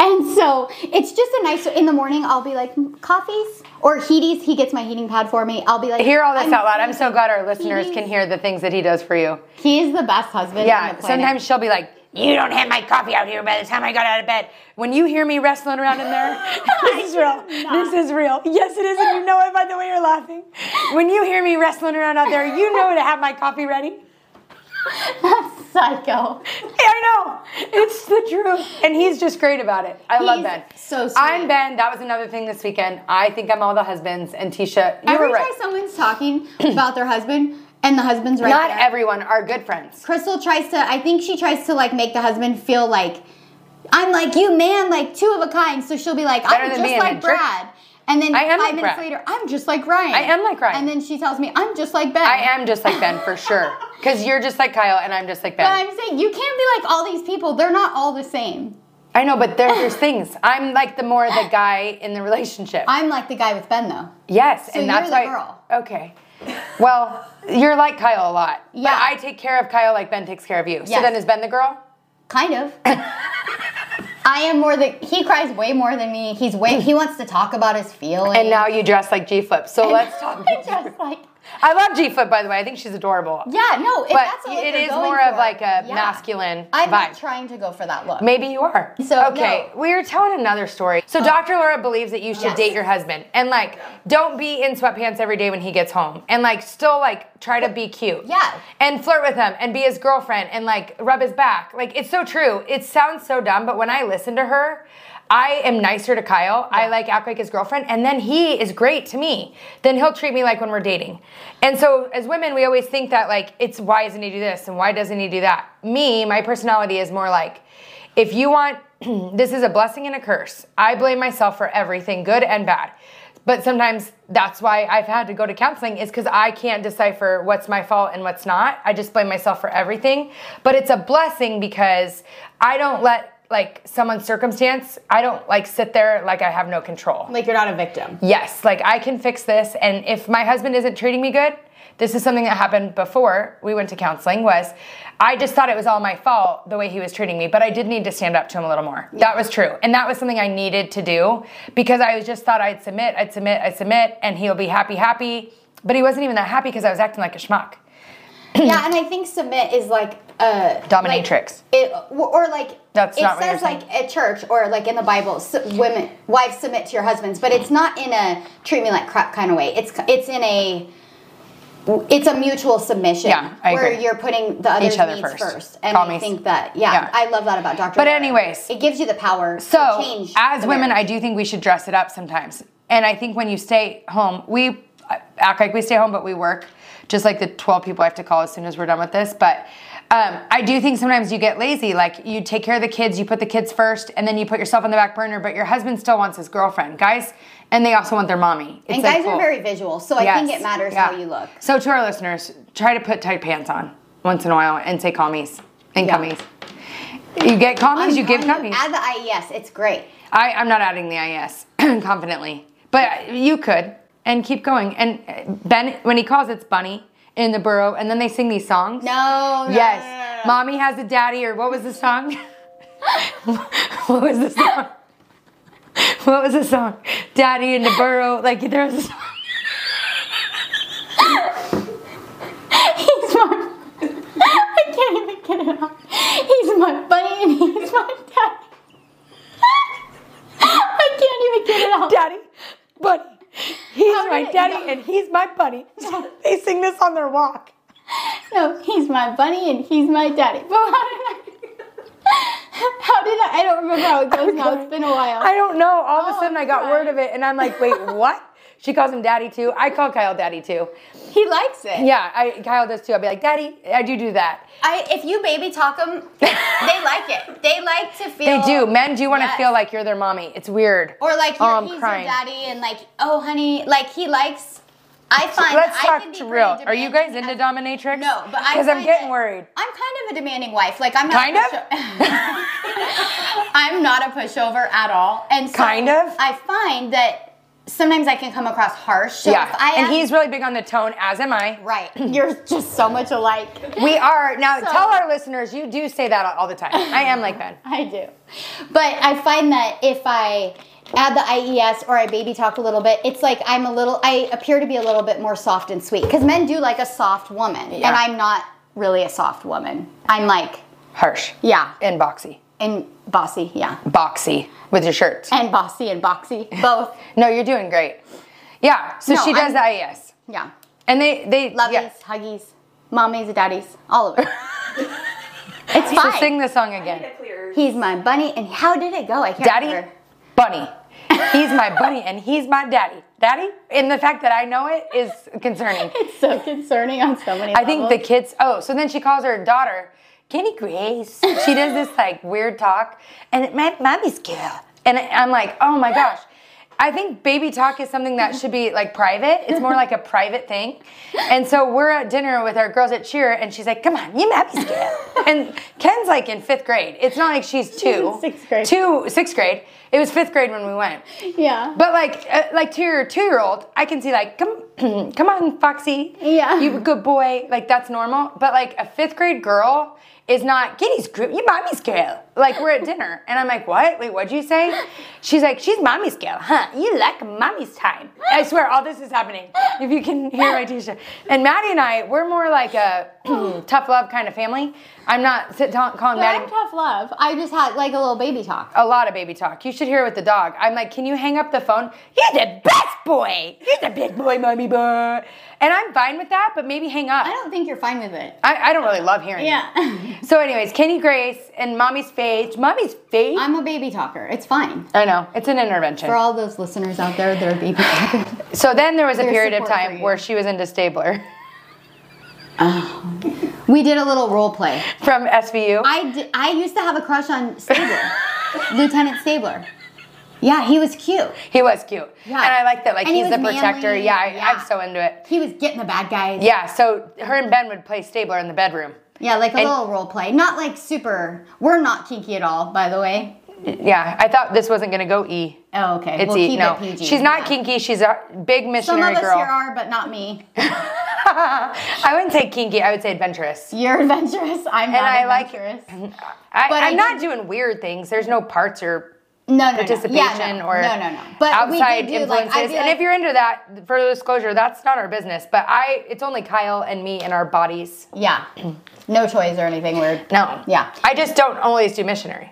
And so it's just a nice. In the morning, I'll be like coffees or heaties. He gets my heating pad for me. I'll be like, Hear all this out loud. I'm so glad our He listeners can is- hear the things that he does for you. He is the best husband. on Yeah, the (laughs) planet. sometimes she'll be like, "You don't have my coffee out here by the time I got out of bed." When you hear me wrestling around in (laughs) there, (laughs) this is real. This is real. Yes, it is, and you know it by the way you're laughing. When you hear me wrestling around out there, you know to have my coffee ready. (laughs) that's psycho. I know. It's the truth. And he's just great about it. I love He's Ben. so sweet. I'm Ben. That was another thing this weekend. I think I'm all the husbands. And Tisha, you Every were right. time someone's talking (clears throat) about their husband and the husband's right Not there, everyone are good friends. Crystal tries to. I think she tries to like make the husband feel like I'm like you, man, like two of a kind. So she'll be like, Better I'm than just being a like jerk. Brad. And then I am five like minutes Brad. later, I'm just like Ryan. I am like Ryan. And then she tells me, I'm just like Ben. I am just like Ben for (laughs) sure. Because you're just like Kyle and I'm just like Ben. But I'm saying you can't be like all these people. They're not all the same. I know, but there, there's things. I'm like the more the guy in the relationship. I'm like the guy with Ben though. yes, So and you're that's the why. girl. Okay. Well, you're like Kyle a lot. Yeah. But I take care of Kyle like Ben takes care of you. So Yes. then is Ben the girl? Kind of. (laughs) I am more than he cries way more than me. He's way he wants to talk about his feelings. And (laughs) now you dress like G Flip. So let's talk. just like I love G Flip, by the way. I think she's adorable. yeah, no, if but that's what it you're is going more of for, like a yeah. masculine I'm vibe. not trying to go for (clears throat) that look. Maybe you are. So, okay, no. Oh. we were telling another story. So Dr. Laura believes that you should Yes. date your husband and like don't be in sweatpants every day when he gets home and like still like try to be cute. Yeah. And flirt with him and be his girlfriend and like rub his back. Like it's so true. It sounds so dumb, but when I listen to her, I am nicer to Kyle. I like act like his girlfriend, and then he is great to me. Then he'll treat me like when we're dating. And so, as women, we always think that like it's why doesn't he do this and why doesn't he do that? Me, my personality is more like if you want, (clears throat) this is a blessing and a curse. I blame myself for everything, good and bad. But sometimes that's why I've had to go to counseling is because I can't decipher what's my fault and what's not. I just blame myself for everything. But it's a blessing because I don't let like someone's circumstance, I don't like sit there like I have no control. like you're not a victim. Yes, like I can fix this. And if my husband isn't treating me good, this is something that happened before we went to counseling was I just thought it was all my fault the way he was treating me, but I did need to stand up to him a little more. That was true. And that was something I needed to do because I was just thought I'd submit, I'd submit, I'd submit, and he'll be happy, happy. But he wasn't even that happy because I was acting like a schmuck. yeah, and I think submit is like a Dominatrix. Like it or like That's it not what says you're saying. like at church or like in the Bible, su- women wives submit to your husbands, but it's not in a treat me like crap kind of way. It's it's in a it's a mutual submission Yeah, I where agree. you're putting the other's Each other needs first. first. And Call I me- think that yeah, Yeah. I love that about Dr. But Laura. anyways. it gives you the power So, to change. as the women, marriage. I do think we should dress it up sometimes. And I think when you stay home, we act like we stay home, but we work just like the 12 people I have to call as soon as we're done with this. But um, I do think sometimes you get lazy. Like you take care of the kids, you put the kids first, and then you put yourself on the back burner, but your husband still wants his girlfriend, guys. And they also want their mommy. It's and like, guys cool. are very visual, so I think Yes. it matters Yeah. how you look. So to our listeners, try to put tight pants on once in a while and say commies and Yeah. cummies. You get commies, you give telling cummies. Add the IES, it's great. I, I'm not adding the IS (clears throat) confidently, but you could and keep going. And uh, Ben, when he calls, it's Bunny in the burrow, and then they sing these songs. No, no, Yes, no, no, no, no. mommy has a daddy, or what was the song? (laughs) what was the song? What was the song? Daddy in the burrow. Like there was a song. He's my. I can't even get it out. He's my buddy and he's my daddy. I can't even get it out. daddy, bunny. He's How did my it- daddy no. and he's my bunny. (laughs) they sing this on their walk. No, he's my bunny and he's my daddy. But how did I? How did I? I don't remember (laughs) how it goes now. It's been a while. I don't know. All of a Oh, sudden, I got God. word of it, and I'm like, (laughs) wait, what? She calls him daddy too. I call Kyle daddy too. he likes it. Yeah, I, Kyle does too. I'll be like, daddy, I do do that. I, if you baby talk them, they like it. They like to They feel. do. Men do want to Oh, Yes. feel like you're their mommy. It's weird. Or like Oh, you're, I'm he's crying. your daddy, and like, oh honey, like he likes. I find Let's I talk can be to pretty real. Are you guys demanding into as- dominatrix? No, but I because I'm find getting that worried. I'm kind of a demanding wife. Like I'm not Kind a of? (laughs) pusho- I'm not a pushover at all, and so Kind of? I find that sometimes I can come across harsh. So Yeah, if I and am- he's really big on the tone, as am I. (laughs) right. You're just so much alike. (laughs) We are now. So- tell our listeners, you do say that all the time. I am like (laughs) Ben. I do. But I find that if I add the IES or I baby talk a little bit, it's like I'm a little, I appear to be a little bit more soft and sweet. Because men do like a soft woman. Yeah. And I'm not really a soft woman. I'm like, Harsh. yeah, And boxy, and bossy, yeah. boxy with your shirts. And bossy (laughs) and boxy, both. No, you're doing great. Yeah. So No, she does I'm- the IES. Yeah. And they they Loveys, yeah. huggies, mommies, daddies, all of it. it's So fine. sing the song again. He's my bunny. And how did it go? I can't Daddy, remember. bunny. He's my bunny and he's my daddy. Daddy? And the fact that I know it is concerning. It's so concerning on so many I think the levels. kids oh, so then she calls her daughter, Kenny Grace. (laughs) She does this like weird talk and it my mommy's girl. And I'm like, oh my gosh. I think baby talk is something that should be like private. It's more like a private thing. And so we're at dinner with our girls at cheer and she's like, come on, you mommy's girl. And Ken's like in fifth grade. It's not like she's two. in sixth grade. Two, sixth grade. It was fifth grade when we went. Yeah. But like, uh, like to your two-year-old, I can see like, come, (clears throat) come on, Foxy. Yeah. You a good boy. Like that's normal. But like a fifth-grade girl is not Kitty's girl. You mommy's girl. Like we're at dinner, and I'm like, what? Wait, what'd you say? She's like, she's mommy's girl, huh? You like mommy's time. I swear, all this is happening. If you can hear my Tisha. And Maddie and I, we're more like a (clears throat) tough love kind of family. I'm not sit- ta- calling But Maddie. I'm tough love. I just had like a little baby talk. a lot of baby talk. You should hear it with the dog. I'm like, can you hang up the phone? You're the best boy. You're the big boy, mommy boy. And I'm fine with that, but maybe hang up. I I don't, don't think you're fine with it. I, don't really love hearing. Yeah. It. So, anyways, Kenny Grace and mommy's face. Mommy's face. I'm a baby talker. It's fine. I know it's an intervention. For all those listeners out there that are baby talkers. so then there was a There's period of support for time you. where she was into Stabler (laughs) We did a little role play. from SVU. I, d- I used to have a crush (laughs) on Stabler, Lieutenant Stabler. Yeah, he was cute. he was cute, Yeah. and I like that. Like And he he's the was manly, protector. Yeah, I, I'm yeah. so into it. He was getting the bad guys. Yeah. So her and Ben would play Stabler in the bedroom. Yeah, like a And- little role play. Not like super. We're not kinky at all, by the way. Yeah, I thought this wasn't gonna go E. Oh, okay. It's we'll E. keep No, it PG. she's not Yeah. kinky. She's a big Some missionary of us girl. here are, but not me. I wouldn't say kinky. I would say adventurous. You're (laughs) adventurous. I'm not I like- adventurous. (laughs) I, But I I'm not did- doing weird things. There's no parts or no, no, participation no. Yeah, no, or no, no, no. But outside we did do, influences. Like, I do, and like- if you're into that, for disclosure, that's not our business. But I, it's only Kyle and me and our bodies. yeah, (clears throat) no toys or anything weird. No. Yeah. I just don't always do missionary.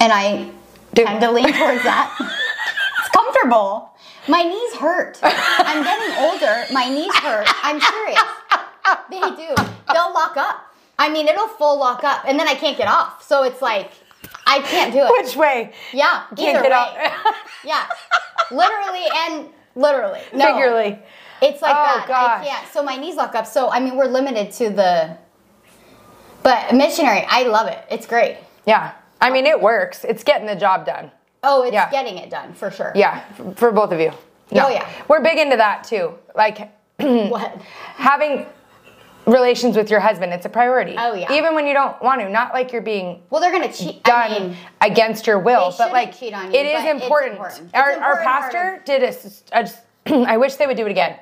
and I Do- tend to lean towards (laughs) that. it's comfortable. My knees hurt. I'm getting older. My knees hurt. I'm serious. They do. They'll lock up. I mean, it'll full lock up, and then I can't get off. So it's like I can't do it. (laughs) Which way? yeah, Can't either get way. off. (laughs) (laughs) yeah, literally and literally. No, Figurally. It's like Oh, that. gosh. I can't. So my knees lock up. So I mean, we're limited to the. But missionary, I love it. It's great. Yeah. I mean, it works. It's getting the job done. Oh, it's Yeah. getting it done for sure. Yeah, f- for both of you. Oh, yeah. We're big into that too. Like (clears throat) What? having relations with your husband, it's a priority. Oh, yeah. Even when you don't want to, not like you're being Well, they're gonna cheat. done I mean, against your will, but shouldn't like cheat on you, it is but it's important. important. Our, It's our important part pastor did a s- a s- (clears throat) I wish they would do it again.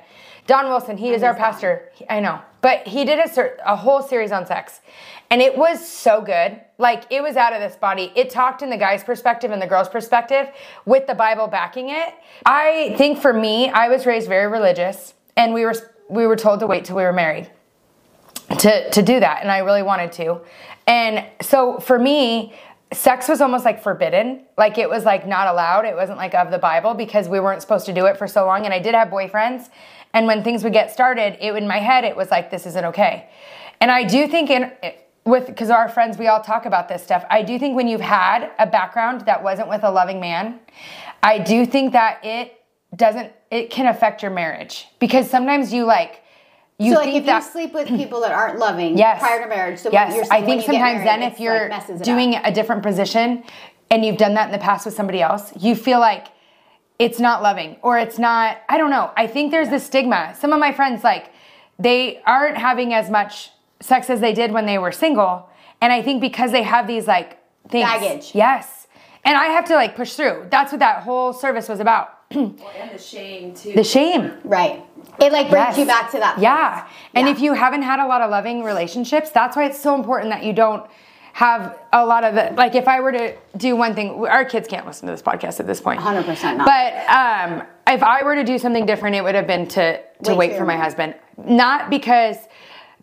Don Wilson, he is our miss Don. pastor. He- I know, but he did a cer- a whole series on sex, and it was so good. Like it was out of this body. It talked in the guy's perspective and the girl's perspective, with the Bible backing it. I think for me, I was raised very religious, and we were s- we were told to wait till we were married to to do that and I really wanted to. And so for me, sex was almost like forbidden. Like it was like not allowed. It wasn't like of the Bible because we weren't supposed to do it for so long and I did have boyfriends and when things would get started, it in my head it was like this isn't okay. And I do think in eh, with cuz our friends we all talk about this stuff. I do think when you've had a background that wasn't with a loving man, I do think that it doesn't it can affect your marriage because sometimes you like you so like think if that you sleep with people that aren't loving yes. prior to marriage, so yes, when you're I saying think when you get sometimes married, then if it's, you're like, messes it doing up. a different position and you've done that in the past with somebody else, you feel like it's not loving or it's not. I don't know. I think there's this stigma. Some of my friends like they aren't having as much sex as they did when they were single, and I think because they have these like things. Baggage. Yes. And I have to like push through. That's what that whole service was about. (clears throat) and the shame too. The shame. right, it like brings Yes. you back to that. Yeah. place. And Yeah. if you haven't had a lot of loving relationships, that's why it's so important that you don't have a lot of the, like if I were to do one thing, our kids can't listen to this podcast at this point. 100% not. But um, if I were to do something different, it would have been to, to Wait wait, for for my your- husband. Not because,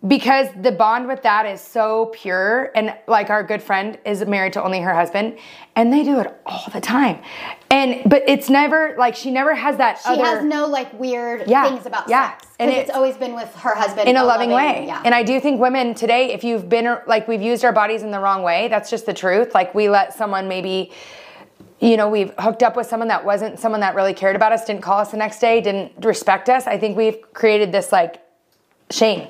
because the bond with that is so pure and like our good friend is married to only her husband and they do it all the time. And, but it's never like, she never has that she other. has no like weird Yeah, things about yeah. sex, And and it's, it's- always been with her husband in a loving, way. Yeah, And I do think women today, if you've been like we've used our bodies in the wrong way, that's just the truth. Like we let someone maybe, you know, we've hooked up with someone that wasn't someone that really cared about us, didn't call us the next day, didn't respect us. I think we've created this like shame.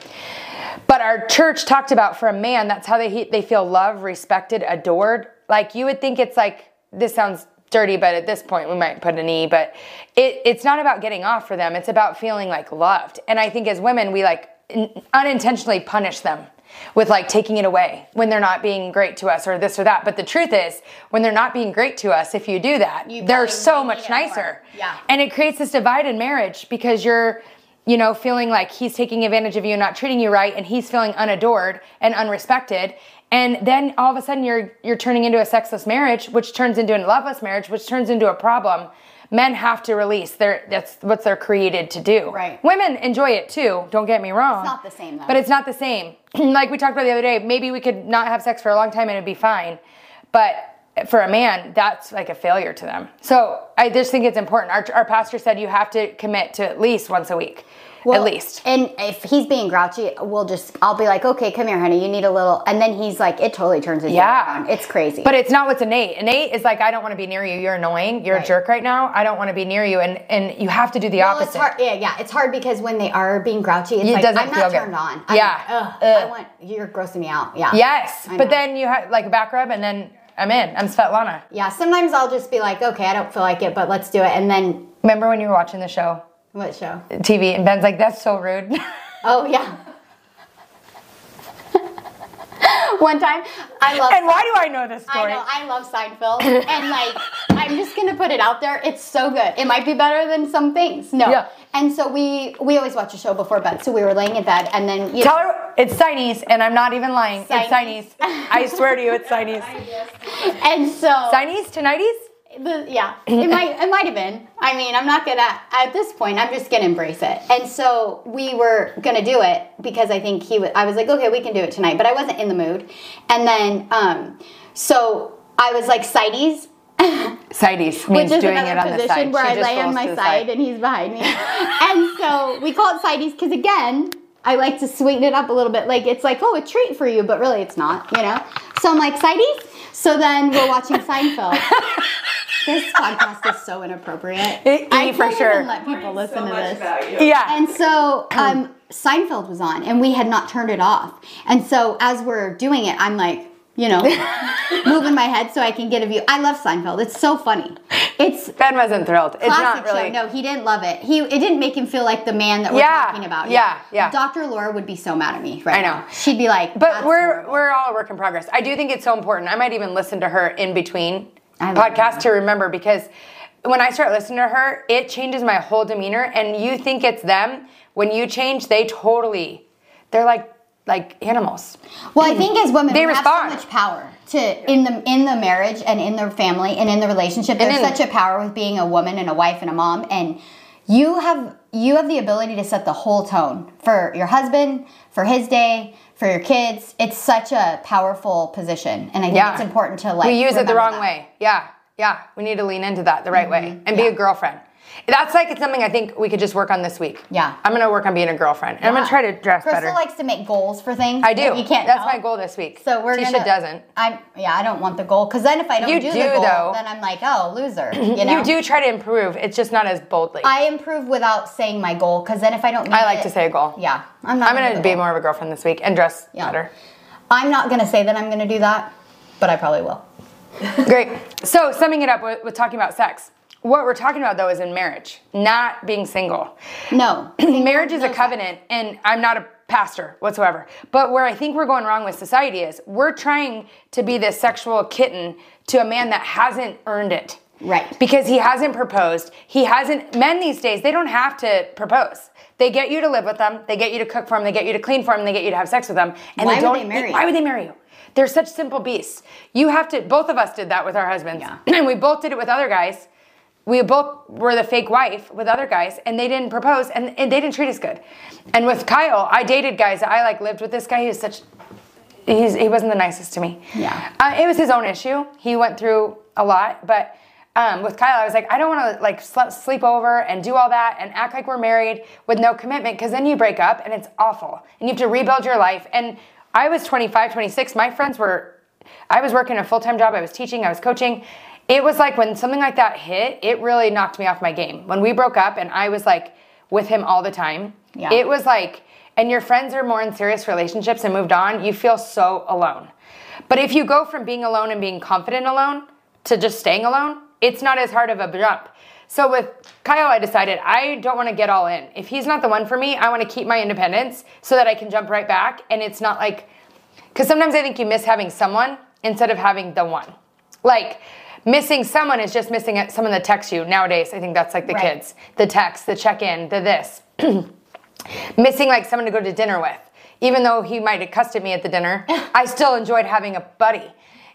But our church talked about for a man, that's how they he- they feel loved, respected, adored. Like you would think it's like this sounds dirty, but at this point we might put an e. But it it's not about getting off for them. It's about feeling like loved. And I think as women, we like in- unintentionally punish them with like taking it away when they're not being great to us or this or that. But the truth is, when they're not being great to us, if you do that, You they're blame so me much and more. nicer. Yeah. And it creates this divide in marriage because you're, you know, feeling like he's taking advantage of you and not treating you right, and he's feeling unadored and unrespected. And then all of a sudden you're you're turning into a sexless marriage, which turns into a loveless marriage, which turns into a problem. Men have to release. They're, that's what they're created to do. Right. Women enjoy it too. Don't get me wrong. It's not the same, though. But it's not the same. (clears throat) like we talked about the other day, maybe we could not have sex for a long time and it'd be fine. But for a man, that's like a failure to them. So I just think it's important. Our, our pastor said you have to commit to at least once a week. Well, at least. And if he's being grouchy, we'll just I'll be like, okay, come here, honey, you need a little, and then he's like, it totally turns into Yeah. around. it's crazy. But it's not what's innate. Innate is like, I don't want to be near you. You're annoying. You're Right. a jerk right now. I don't want to be near you. And, and you have to do the Well, opposite. It's hard, yeah, yeah. It's hard because when they are being grouchy, it's It like doesn't I'm feel not good. turned on. I'm Yeah. like, Ugh, I Ugh. want you're grossing me out. Yeah. Yes. I know. But then you have like a back rub and then I'm in. I'm Svetlana. Yeah. Sometimes I'll just be like, okay, I don't feel like it, but let's do it. And then Remember when you were watching the show, what show? TV, and Ben's like, that's so rude. (laughs) Oh yeah. (laughs) One time, I love. and why do I know this I story? know I love (laughs) Seinfeld, and like I'm just gonna put it out there. It's so good. It might be better than some things. No, Yeah. And so we we always watch a show before bed. So we were laying in bed, and then you Tell her it's Chinese, and I'm not even lying. It's Chinese. Chinese. I swear to you, it's (laughs) Chinese. and so Chinese to 90s? the, yeah, it might it might have been. I mean, I'm not gonna at this point. I'm just gonna embrace it. And so we were gonna do it because I think he was. I was like, okay, we can do it tonight, but I wasn't in the mood. And then, um, so I was like, sides. Sides means Which is doing it another on the position side. where She I just lay on rolls my to the side, and (laughs) he's behind me. and so we call it sides because again, I like to sweeten it up a little bit. Like it's like, oh, a treat for you, but really it's not, you know? So I'm like, sides? So then we're (laughs) watching Seinfeld. this podcast is so inappropriate. It- I for can't sure. even let people listen so to much this. about you. Yeah. And so um, Seinfeld was on, and we had not turned it off. And so as we're doing it, I'm like, (laughs) you know, moving my head so I can get a view. I love Seinfeld. It's so funny. It's ben wasn't thrilled. It's not classic really. show. No, he didn't love it. He it didn't make him feel like the man that we're Yeah, talking about. yeah, yeah. Dr. Laura would be so mad at me right I know. now. She'd be like, But "That's we're horrible." we're all a work in progress. I do think it's so important. I might even listen to her in between I love podcasts to remember because when I start listening to her, it changes my whole demeanor. And you think it's them when you change, they totally they're like like animals. Well, I think as women, They we respond. have so much power to in the in the marriage and in the family and in the relationship. There's in- such a power with being a woman and a wife and a mom, and you have you have the ability to set the whole tone for your husband, for his day, for your kids. It's such a powerful position, and I think Yeah. it's important to like we use it the remember wrong that. Mm-hmm. way. Yeah, yeah. We need to lean into that the right way and be Yeah. a girlfriend. That's like it's something I think we could just work on this week. Yeah. I'm gonna work on being a girlfriend. And I'm gonna Yeah. try to dress Crystal better. likes to make goals for things. I do. that You can't. That's help. my goal this week. So we're Tisha gonna- doesn't. I'm yeah. I don't want the goal because then if I don't You do, do, the goal, though. then I'm like oh (clears throat) loser. You know. You do try to improve. It's just not as boldly. I improve without saying my goal because then if I don't, meet I like it- to say a goal. Yeah, I'm not. I'm gonna do be that. more of a girlfriend this week and dress Yeah. (laughs) better. I'm not gonna say that I'm gonna do that, but I probably will. Great. So summing it up with, with talking about sex. What we're talking about though is in marriage, not being single. No, marriage is a covenant, and I'm not a pastor whatsoever. But where I think we're going wrong with society is we're trying to be this sexual kitten to a man that hasn't earned it. Right. Because he hasn't proposed. He hasn't. Men these days, they don't have to propose. They get you to live with them. They get you to cook for them. They get you to clean for them. They get you to have sex with them. And they Why would don't. they marry Why you? would they marry you? They're such simple beasts. You have to. Both of us did that with our husbands, and (clears throat) we both did it with other guys we both were the fake wife with other guys and they didn't propose and, and they didn't treat us good and with kyle i dated guys i like lived with this guy he was such he's, he wasn't the nicest to me Yeah. uh, it was his own issue he went through a lot but um, with kyle i was like i don't want to like sl- sleep over and do all that and act like we're married with no commitment because then you break up and it's awful and you have to rebuild your life and i was 25 26 my friends were I was working a full time job. I was teaching. I was coaching. It was like when something like that hit, it really knocked me off my game. When we broke up and I was like with him all the time, Yeah. it was like, and your friends are more in serious relationships and moved on, you feel so alone. But if you go from being alone and being confident alone to just staying alone, it's not as hard of a jump. So with Kyle, I decided I don't want to get all in. If he's not the one for me, I want to keep my independence so that I can jump right back. And it's not like, because sometimes I think you miss having someone instead of having the one. Like, missing someone is just missing it- someone that texts you. Nowadays, I think that's like the Right. kids the text, the check in, the this. missing like someone to go to dinner with. Even though he might have cussed at me at the dinner, I still enjoyed having a buddy.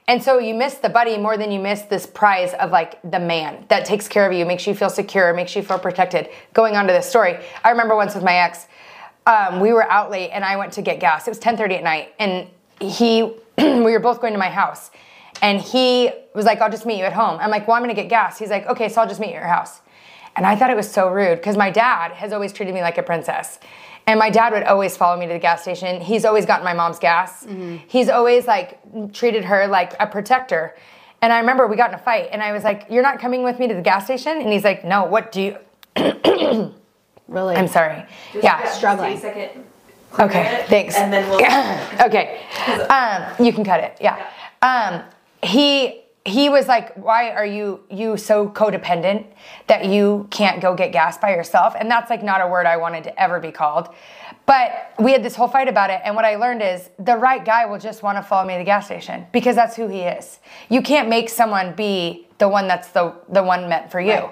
And so you miss the buddy more than you miss this prize of like the man that takes care of you, makes you feel secure, makes you feel protected. Going on to this story, I remember once with my ex, um, we were out late and I went to get gas. It was 10:30 at night, and he, (clears throat) we were both going to my house, and he was like, "I'll just meet you at home." I'm like, "Well, I'm going to get gas." He's like, "Okay, so I'll just meet you at your house." And I thought it was so rude because my dad has always treated me like a princess. And my dad would always follow me to the gas station. He's always gotten my mom's gas. He's always like treated her like a protector. And I remember we got in a fight and I was like, You're not coming with me to the gas station? And he's like, No, what do you? Really, I'm sorry. yeah. struggling. Just take a second. Okay, thanks. And then we'll. (coughs) okay, um, you can cut it. Yeah. Um, he he was like, "Why are you you so codependent that you can't go get gas by yourself?" And that's like not a word I wanted to ever be called. But we had this whole fight about it, and what I learned is the right guy will just want to follow me to the gas station because that's who he is. You can't make someone be the one that's the the one meant for you.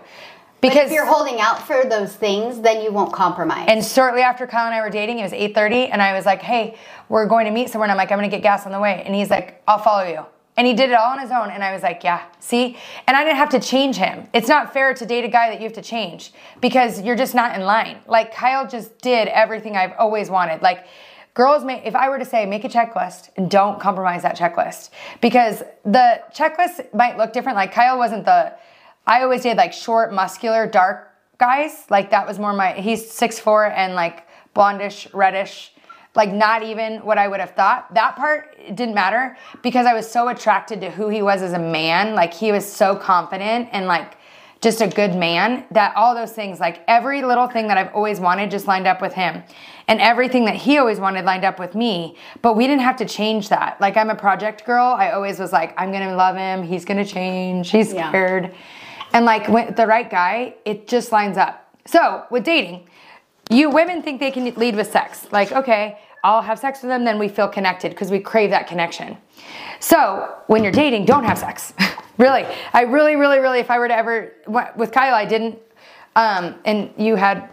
Because Because (clears throat) if you're holding out for those things, then you won't compromise. And shortly after Kyle and I were dating, it was 8:30, and I was like, "Hey, we're going to meet somewhere." And I'm like, "I'm gonna get gas on the way," and he's like, "I'll follow you." And he did it all on his own, and I was like, "Yeah, see." And I didn't have to change him. It's not fair to date a guy that you have to change because you're just not in line. Like Kyle just did everything I've always wanted. Like girls may if i were to say make a checklist and don't compromise that checklist because the checklist might look different like kyle wasn't the i always did like short muscular dark guys like that was more my he's six four and like blondish reddish like not even what i would have thought that part it didn't matter because i was so attracted to who he was as a man like he was so confident and like just a good man that all those things like every little thing that i've always wanted just lined up with him and everything that he always wanted lined up with me but we didn't have to change that like i'm a project girl i always was like i'm gonna love him he's gonna change he's Yeah. scared and like with the right guy it just lines up so with dating you women think they can lead with sex. Like, okay, I'll have sex with them, then we feel connected because we crave that connection. So when you're dating, don't have sex. (laughs) really, I really, really, really, if I were to ever with Kyle, I didn't, um, and you had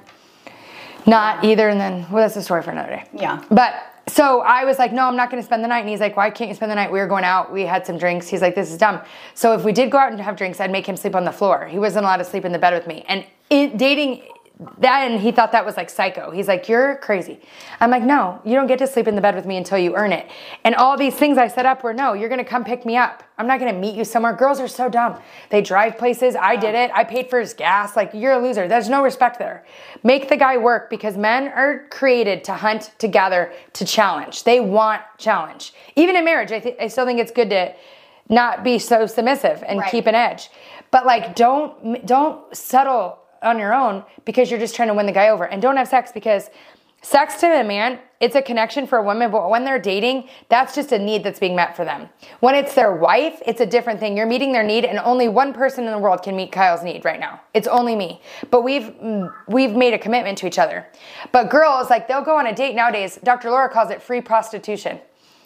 not either. And then, well, that's a story for another day. Yeah. But so I was like, no, I'm not going to spend the night. And he's like, why can't you spend the night? We were going out. We had some drinks. He's like, this is dumb. So if we did go out and have drinks, I'd make him sleep on the floor. He wasn't allowed to sleep in the bed with me. And it, dating then he thought that was like psycho. He's like, you're crazy. I'm like, no, you don't get to sleep in the bed with me until you earn it. And all these things I set up were no, you're going to come pick me up. I'm not going to meet you somewhere. Girls are so dumb. They drive places. I did it. I paid for his gas. Like, you're a loser. There's no respect there. Make the guy work because men are created to hunt, to gather, to challenge. They want challenge. Even in marriage, I, th- I still think it's good to not be so submissive and Right. keep an edge. But like, don't don't settle on your own because you're just trying to win the guy over, and don't have sex because sex to a man it's a connection for a woman but when they're dating that's just a need that's being met for them when it's their wife it's a different thing you're meeting their need and only one person in the world can meet kyle's need right now it's only me but we've mm, we've made a commitment to each other but girls like they'll go on a date nowadays dr laura calls it free prostitution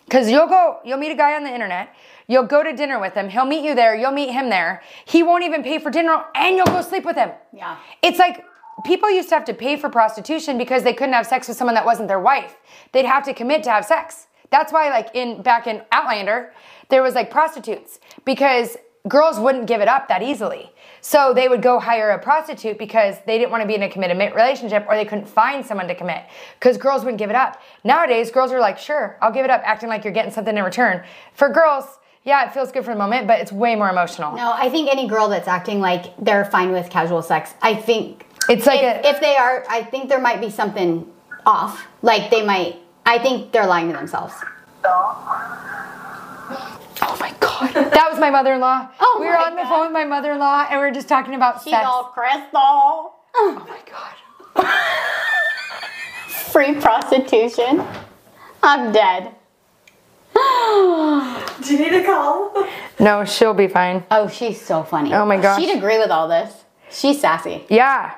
because you'll go, you'll meet a guy on the internet, you'll go to dinner with him, he'll meet you there, you'll meet him there, he won't even pay for dinner, and you'll go sleep with him. Yeah. It's like people used to have to pay for prostitution because they couldn't have sex with someone that wasn't their wife. They'd have to commit to have sex. That's why, like in back in Outlander, there was like prostitutes because girls wouldn't give it up that easily. So they would go hire a prostitute because they didn't want to be in a committed ma- relationship or they couldn't find someone to commit because girls wouldn't give it up. Nowadays, girls are like, sure, I'll give it up, acting like you're getting something in return. For girls, yeah, it feels good for the moment, but it's way more emotional. no, I think any girl that's acting like they're fine with casual sex, I think It's like if, a- if they are, I think there might be something off. Like they might, I think they're lying to themselves. Oh my god, that was my mother-in-law. Oh we were my on the God. phone with my mother-in-law, and we were just talking about sex. crystal. Oh my god. Free prostitution. I'm dead. oh, Do you need a call? No, she'll be fine. she's so funny. Oh my gosh. She'd agree with all this. She's sassy. Yeah,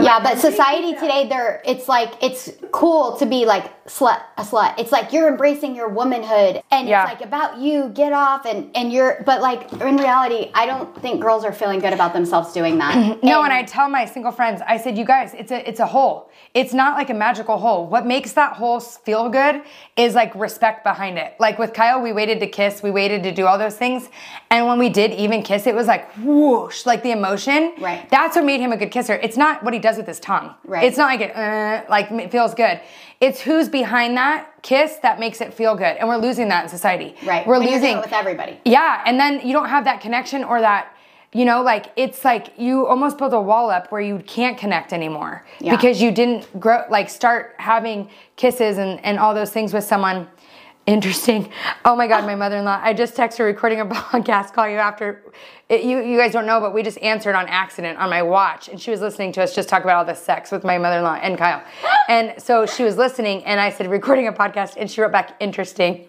Yeah, but society today, they're it's like it's cool to be like slut a slut. It's like you're embracing your womanhood, and Yeah. it's like about you, get off, and and you're. But like in reality, I don't think girls are feeling good about themselves doing (laughs) that. No, and I tell my single friends, I said, you guys, it's a it's a hole. It's not like a magical hole. What makes that hole s- feel good is like respect behind it. Like with Kyle, we waited to kiss, we waited to do all those things, and when we did even kiss, it was like whoosh, like the emotion. Right. That's what made him a good kisser. It's not what he does with his tongue. Right. It's not like it uh, like it feels good. It's who's behind that kiss that makes it feel good, and we're losing that in society. right, We're When you're doing losing it with everybody. yeah, and then you don't have that connection or that, you know, like it's like you almost build a wall up where you can't connect anymore Yeah. because you didn't grow like start having kisses and and all those things with someone. Interesting. Oh my (laughs) God, my mother-in-law. I just texted her recording a (laughs) podcast. Call you after. It, you you guys don't know, but we just answered on accident on my watch, and she was listening to us just talk about all this sex with my mother-in-law and (gasps) Kyle, and so she was listening, and I said recording a podcast, and she wrote back interesting.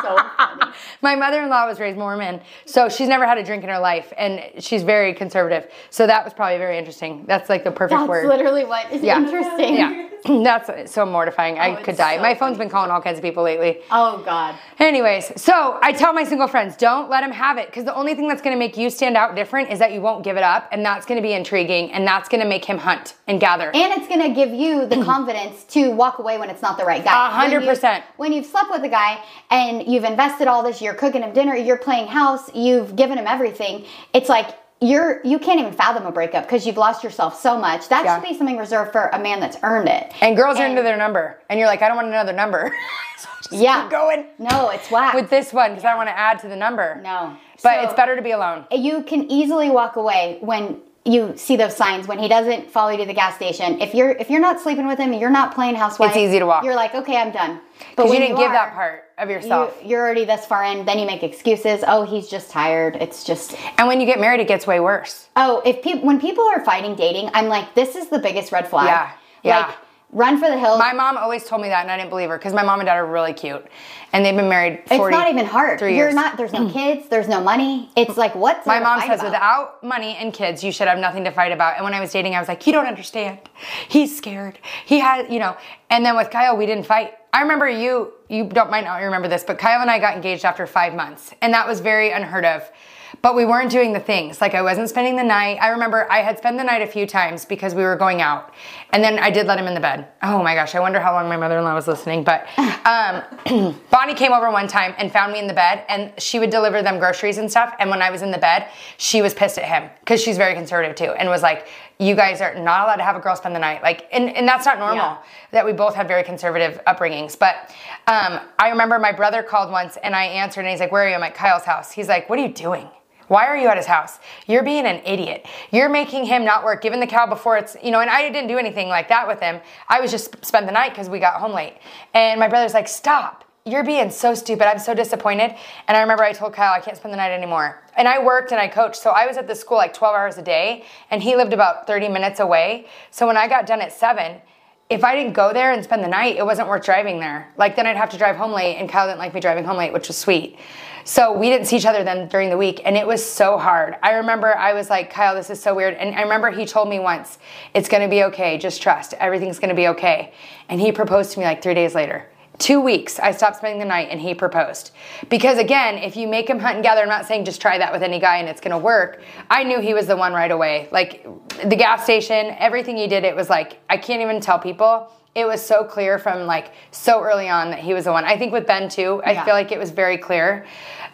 So funny. My mother-in-law was raised Mormon, so she's never had a drink in her life, and she's very conservative. So that was probably very interesting. That's like the perfect that's word. literally what is Yeah. interesting. Oh, Yeah. That's so mortifying. I it's could die. so My phone's funny. been calling all kinds of people lately. Oh God. Anyways, so I tell my single friends, don't let them have it because the only thing that's going to make you stand out different is that you won't give it up, and that's going to be intriguing, and that's going to make him hunt and gather. And it's gonna give you (clears throat) the confidence to walk away when it's not the right guy. A hundred When you've- percent. When you've slept with a guy and you've invested all this, you're cooking him dinner, you're playing house, you've given him everything. It's like you're you can't even fathom a breakup because you've lost yourself so much. That Yeah. should be something reserved for a man that's earned it. And girls are And- into their number, and you're like, I don't want another number. (laughs) so just yeah. keep going No, it's whack. with this one because I want to add to the number. No. but So- it's better to be alone. you can easily walk away when you see those signs when he doesn't follow you to the gas station. If you're if you're not sleeping with him and you're not playing housewife, It's easy to walk. You're like, okay, I'm done. But Because you when didn't give are, that part of yourself. You, you're already this far in. Then you make excuses. Oh, he's just tired. It's just and when you get married, it gets way worse. oh, if people when people are fighting dating, I'm like, this is the biggest red flag. Yeah. Yeah. Like, run for the hills. My mom always told me that, and I didn't believe her because my mom and dad are really cute, and they've been married. 40, it's not even hard. three You're years. Mm. not. There's no kids. There's no money. It's like what's My there to mom fight says, about? without money and kids, you should have nothing to fight about. And when I was dating, I was like, you don't understand. He's scared. He has, you know. And then with Kyle, we didn't fight. I remember you, you don't might not remember this, but Kyle and I got engaged after five months, and that was very unheard of. But we weren't doing the things. Like I wasn't spending the night. I remember I had spent the night a few times because we were going out, and then I did let him in the bed. Oh my gosh! I wonder how long my mother-in-law was listening. But um, (clears throat) Bonnie came over one time and found me in the bed, and she would deliver them groceries and stuff. And when I was in the bed, she was pissed at him because she's very conservative too, and was like, "You guys are not allowed to have a girl spend the night." Like, and, and that's not normal Yeah. that we both had very conservative upbringings. But um, I remember my brother called once, and I answered, and he's like, "Where are you?" I'm at Kyle's house. He's like, "What are you doing?" Why are you at his house? You're being an idiot. You're making him not work, giving the cow before it's, you know, and I didn't do anything like that with him. I was just spent the night because we got home late. And my brother's like, stop. You're being so stupid. I'm so disappointed. And I remember I told Kyle, I can't spend the night anymore. And I worked and I coached. So I was at the school like 12 hours a day, and he lived about 30 minutes away. So when I got done at seven, if I didn't go there and spend the night, it wasn't worth driving there. Like then I'd have to drive home late, and Kyle didn't like me driving home late, which was sweet. So we didn't see each other then during the week, and it was so hard. I remember I was like, Kyle, this is so weird. And I remember he told me once, it's gonna be okay, just trust, everything's gonna be okay. And he proposed to me like three days later. Two weeks, I stopped spending the night and he proposed. Because again, if you make him hunt and gather, I'm not saying just try that with any guy and it's gonna work. I knew he was the one right away. Like the gas station, everything he did, it was like, I can't even tell people. It was so clear from like so early on that he was the one. I think with Ben too, I Yeah. feel like it was very clear.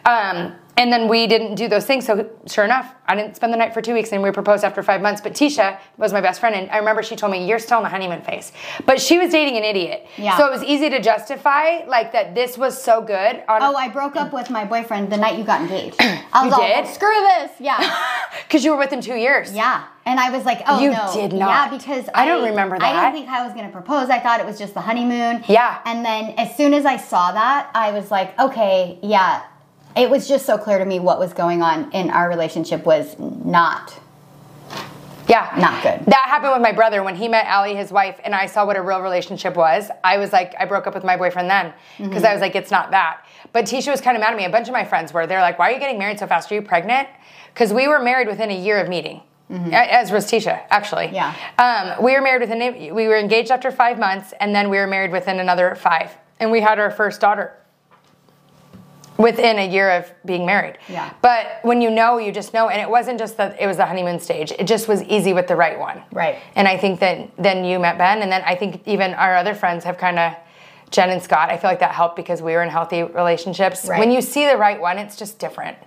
Um, and then we didn't do those things. So sure enough, I didn't spend the night for two weeks, and we proposed after five months. But Tisha was my best friend, and I remember she told me, "You're still in the honeymoon phase." But she was dating an idiot, Yeah. so it was easy to justify like that. This was so good. On, Oh, I broke up with my boyfriend the night you (clears throat) got engaged. I was You all, did? Screw this. (laughs) Yeah. because you were with him two years. Yeah. And I was like, oh, You no. did Yeah, not. because I don't remember I that. didn't think I was going to propose. I thought it was just the honeymoon. Yeah. And then as soon as I saw that, I was like, okay, yeah. It was just so clear to me what was going on in our relationship was not. Yeah. Not good. That happened with my brother when he met Allie, his wife, and I saw what a real relationship was. I was like, I broke up with my boyfriend then because Mm-hmm. I was like, it's not that. But Tisha was kind of mad at me. A bunch of my friends were. They're like, why are you getting married so fast? Are you pregnant? Because we were married within a year of meeting. A- As was Tisha, actually. Mm-hmm. Yeah. Um, we were married within, a- we were engaged after five months, and then we were married within another five. And we had our first daughter within a year of being married. Yeah. But when you know, you just know. And it wasn't just that it was the honeymoon stage. It just was easy with the right one. Right. And I think that then you met Ben, and then I think even our other friends have kind of. Jen and Scott, I feel like that helped because we were in healthy relationships. Right. When you see the right one, it's just different.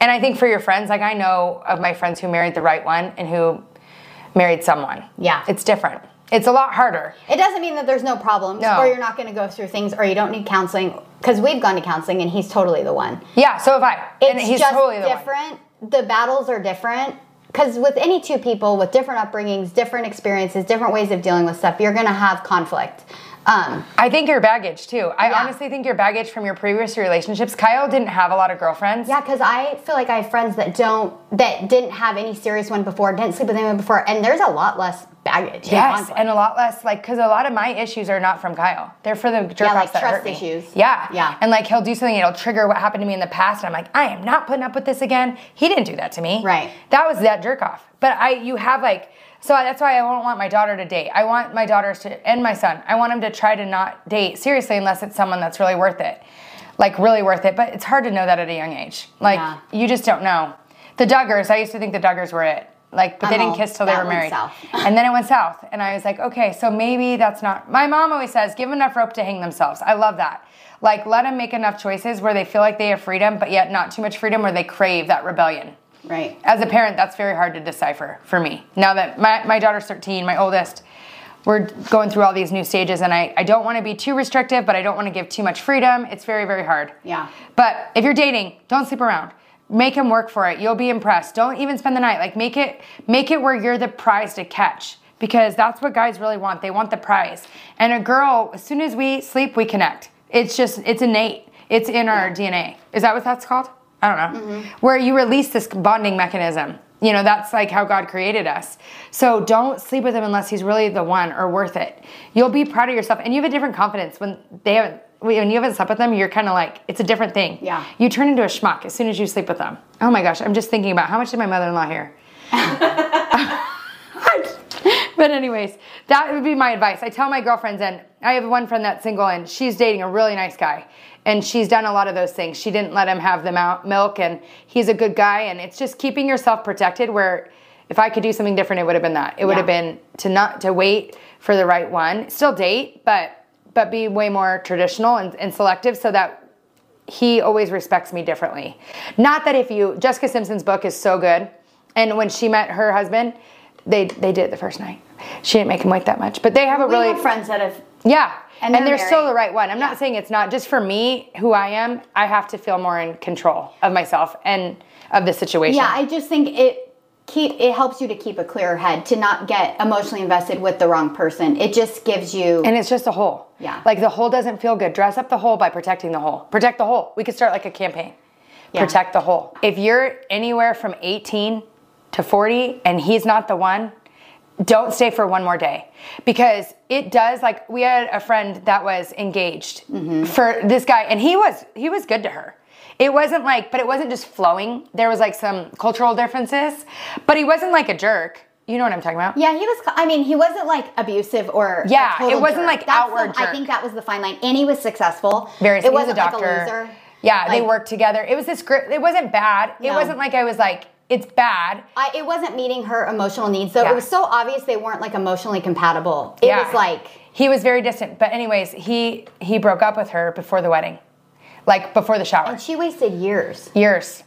And I think for your friends, like I know of my friends who married the right one and who married someone. Yeah. It's different. It's a lot harder. It doesn't mean that there's no problems No. or you're not going to go through things or you don't need counseling because we've gone to counseling and he's totally the one. Yeah, so have I. It's and he's just totally the one. different. The battles are different because with any two people with different upbringings, different experiences, different ways of dealing with stuff, you're going to have conflict. Um, I think your baggage too. I Yeah. honestly think your baggage from your previous relationships. Kyle didn't have a lot of girlfriends. yeah, because I feel like I have friends that don't that didn't have any serious one before, didn't sleep with anyone before, and there's a lot less baggage. and Yes, conflict. and a lot less like because a lot of my issues are not from Kyle. They're for the jerk Yeah, like offs that trust hurt me. issues. Yeah, Yeah. And like he'll do something, it'll trigger what happened to me in the past, and I'm like, I am not putting up with this again. He didn't do that to me. Right. That was that jerk off. But I, you have like, so that's why I don't want my daughter to date. I want my daughters to and my son. I want them to try to not date seriously unless it's someone that's really worth it, like really worth it. But it's hard to know that at a young age. Like Yeah. you just don't know. The Duggars, I used to think the Duggars were it. Like, but they Uh-oh, didn't kiss till they that were went married. south. (laughs) and then it went south. And I was like, okay, so maybe that's not. My mom always says, give enough rope to hang themselves. I love that. Like, let them make enough choices where they feel like they have freedom, but yet not too much freedom where they crave that rebellion. right. As a parent, that's very hard to decipher for me. Now that my, my daughter's 13, my oldest, we're going through all these new stages, and I, I don't want to be too restrictive, but I don't want to give too much freedom. It's very, very hard. Yeah. But if you're dating, don't sleep around. Make him work for it. You'll be impressed. Don't even spend the night. Like make it make it where you're the prize to catch because that's what guys really want. They want the prize. And a girl, as soon as we sleep, we connect. It's just it's innate. It's in our DNA. Is that what that's called? I don't know. Where you release this bonding mechanism. You know, that's like how God created us. So don't sleep with him unless he's really the one or worth it. You'll be proud of yourself and you have a different confidence when they haven't when you haven't slept with them, you're kind of like it's a different thing. Yeah. You turn into a schmuck as soon as you sleep with them. Oh my gosh, I'm just thinking about how much did my mother-in-law hear? (laughs) but anyways, that would be my advice. I tell my girlfriends, and I have one friend that's single, and she's dating a really nice guy, and she's done a lot of those things. She didn't let him have the mou- milk, and he's a good guy, and it's just keeping yourself protected. Where if I could do something different, it would have been that. It would Yeah. have been to not to wait for the right one, still date, but but be way more traditional and, and selective, so that he always respects me differently. Not that if you Jessica Simpson's book is so good, and when she met her husband, they they did it the first night. She didn't make him wait that much, but they have a We really have friends that have. yeah, And and, they're they're, still married. the right one. I'm not saying it's not just for me who I am. I have to feel more in control of myself and of the situation. Yeah, I just think it keep it helps you to keep a clearer head to not get emotionally invested with the wrong person. It just gives you and it's just a whole. Yeah. like the whole doesn't feel good. Dress up the whole by protecting the whole. Protect the whole. We could start like a campaign. Yeah. protect the whole. If you're anywhere from 18 to 40 and he's not the one, don't stay for one more day because it does like we had a friend that was engaged Mm-hmm. for this guy and he was he was good to her. It wasn't like but it wasn't just flowing. There was like some cultural differences, but he wasn't like a jerk. You know what I'm talking about? Yeah, he was. I mean, he wasn't like abusive or a Yeah, total it wasn't, jerk. like, That's outward the- I jerk. think that was the fine line, and he was successful. Very it he was a wasn't doctor. like a loser. Yeah, they Like, worked together. It was this gr- it wasn't bad. It No. wasn't like I was like it's bad. I, it wasn't meeting her emotional needs, so Yeah. it was so obvious they weren't like emotionally compatible. It Yeah. was like he was very distant. But anyways, he he broke up with her before the wedding, like before the shower, and she wasted years. years.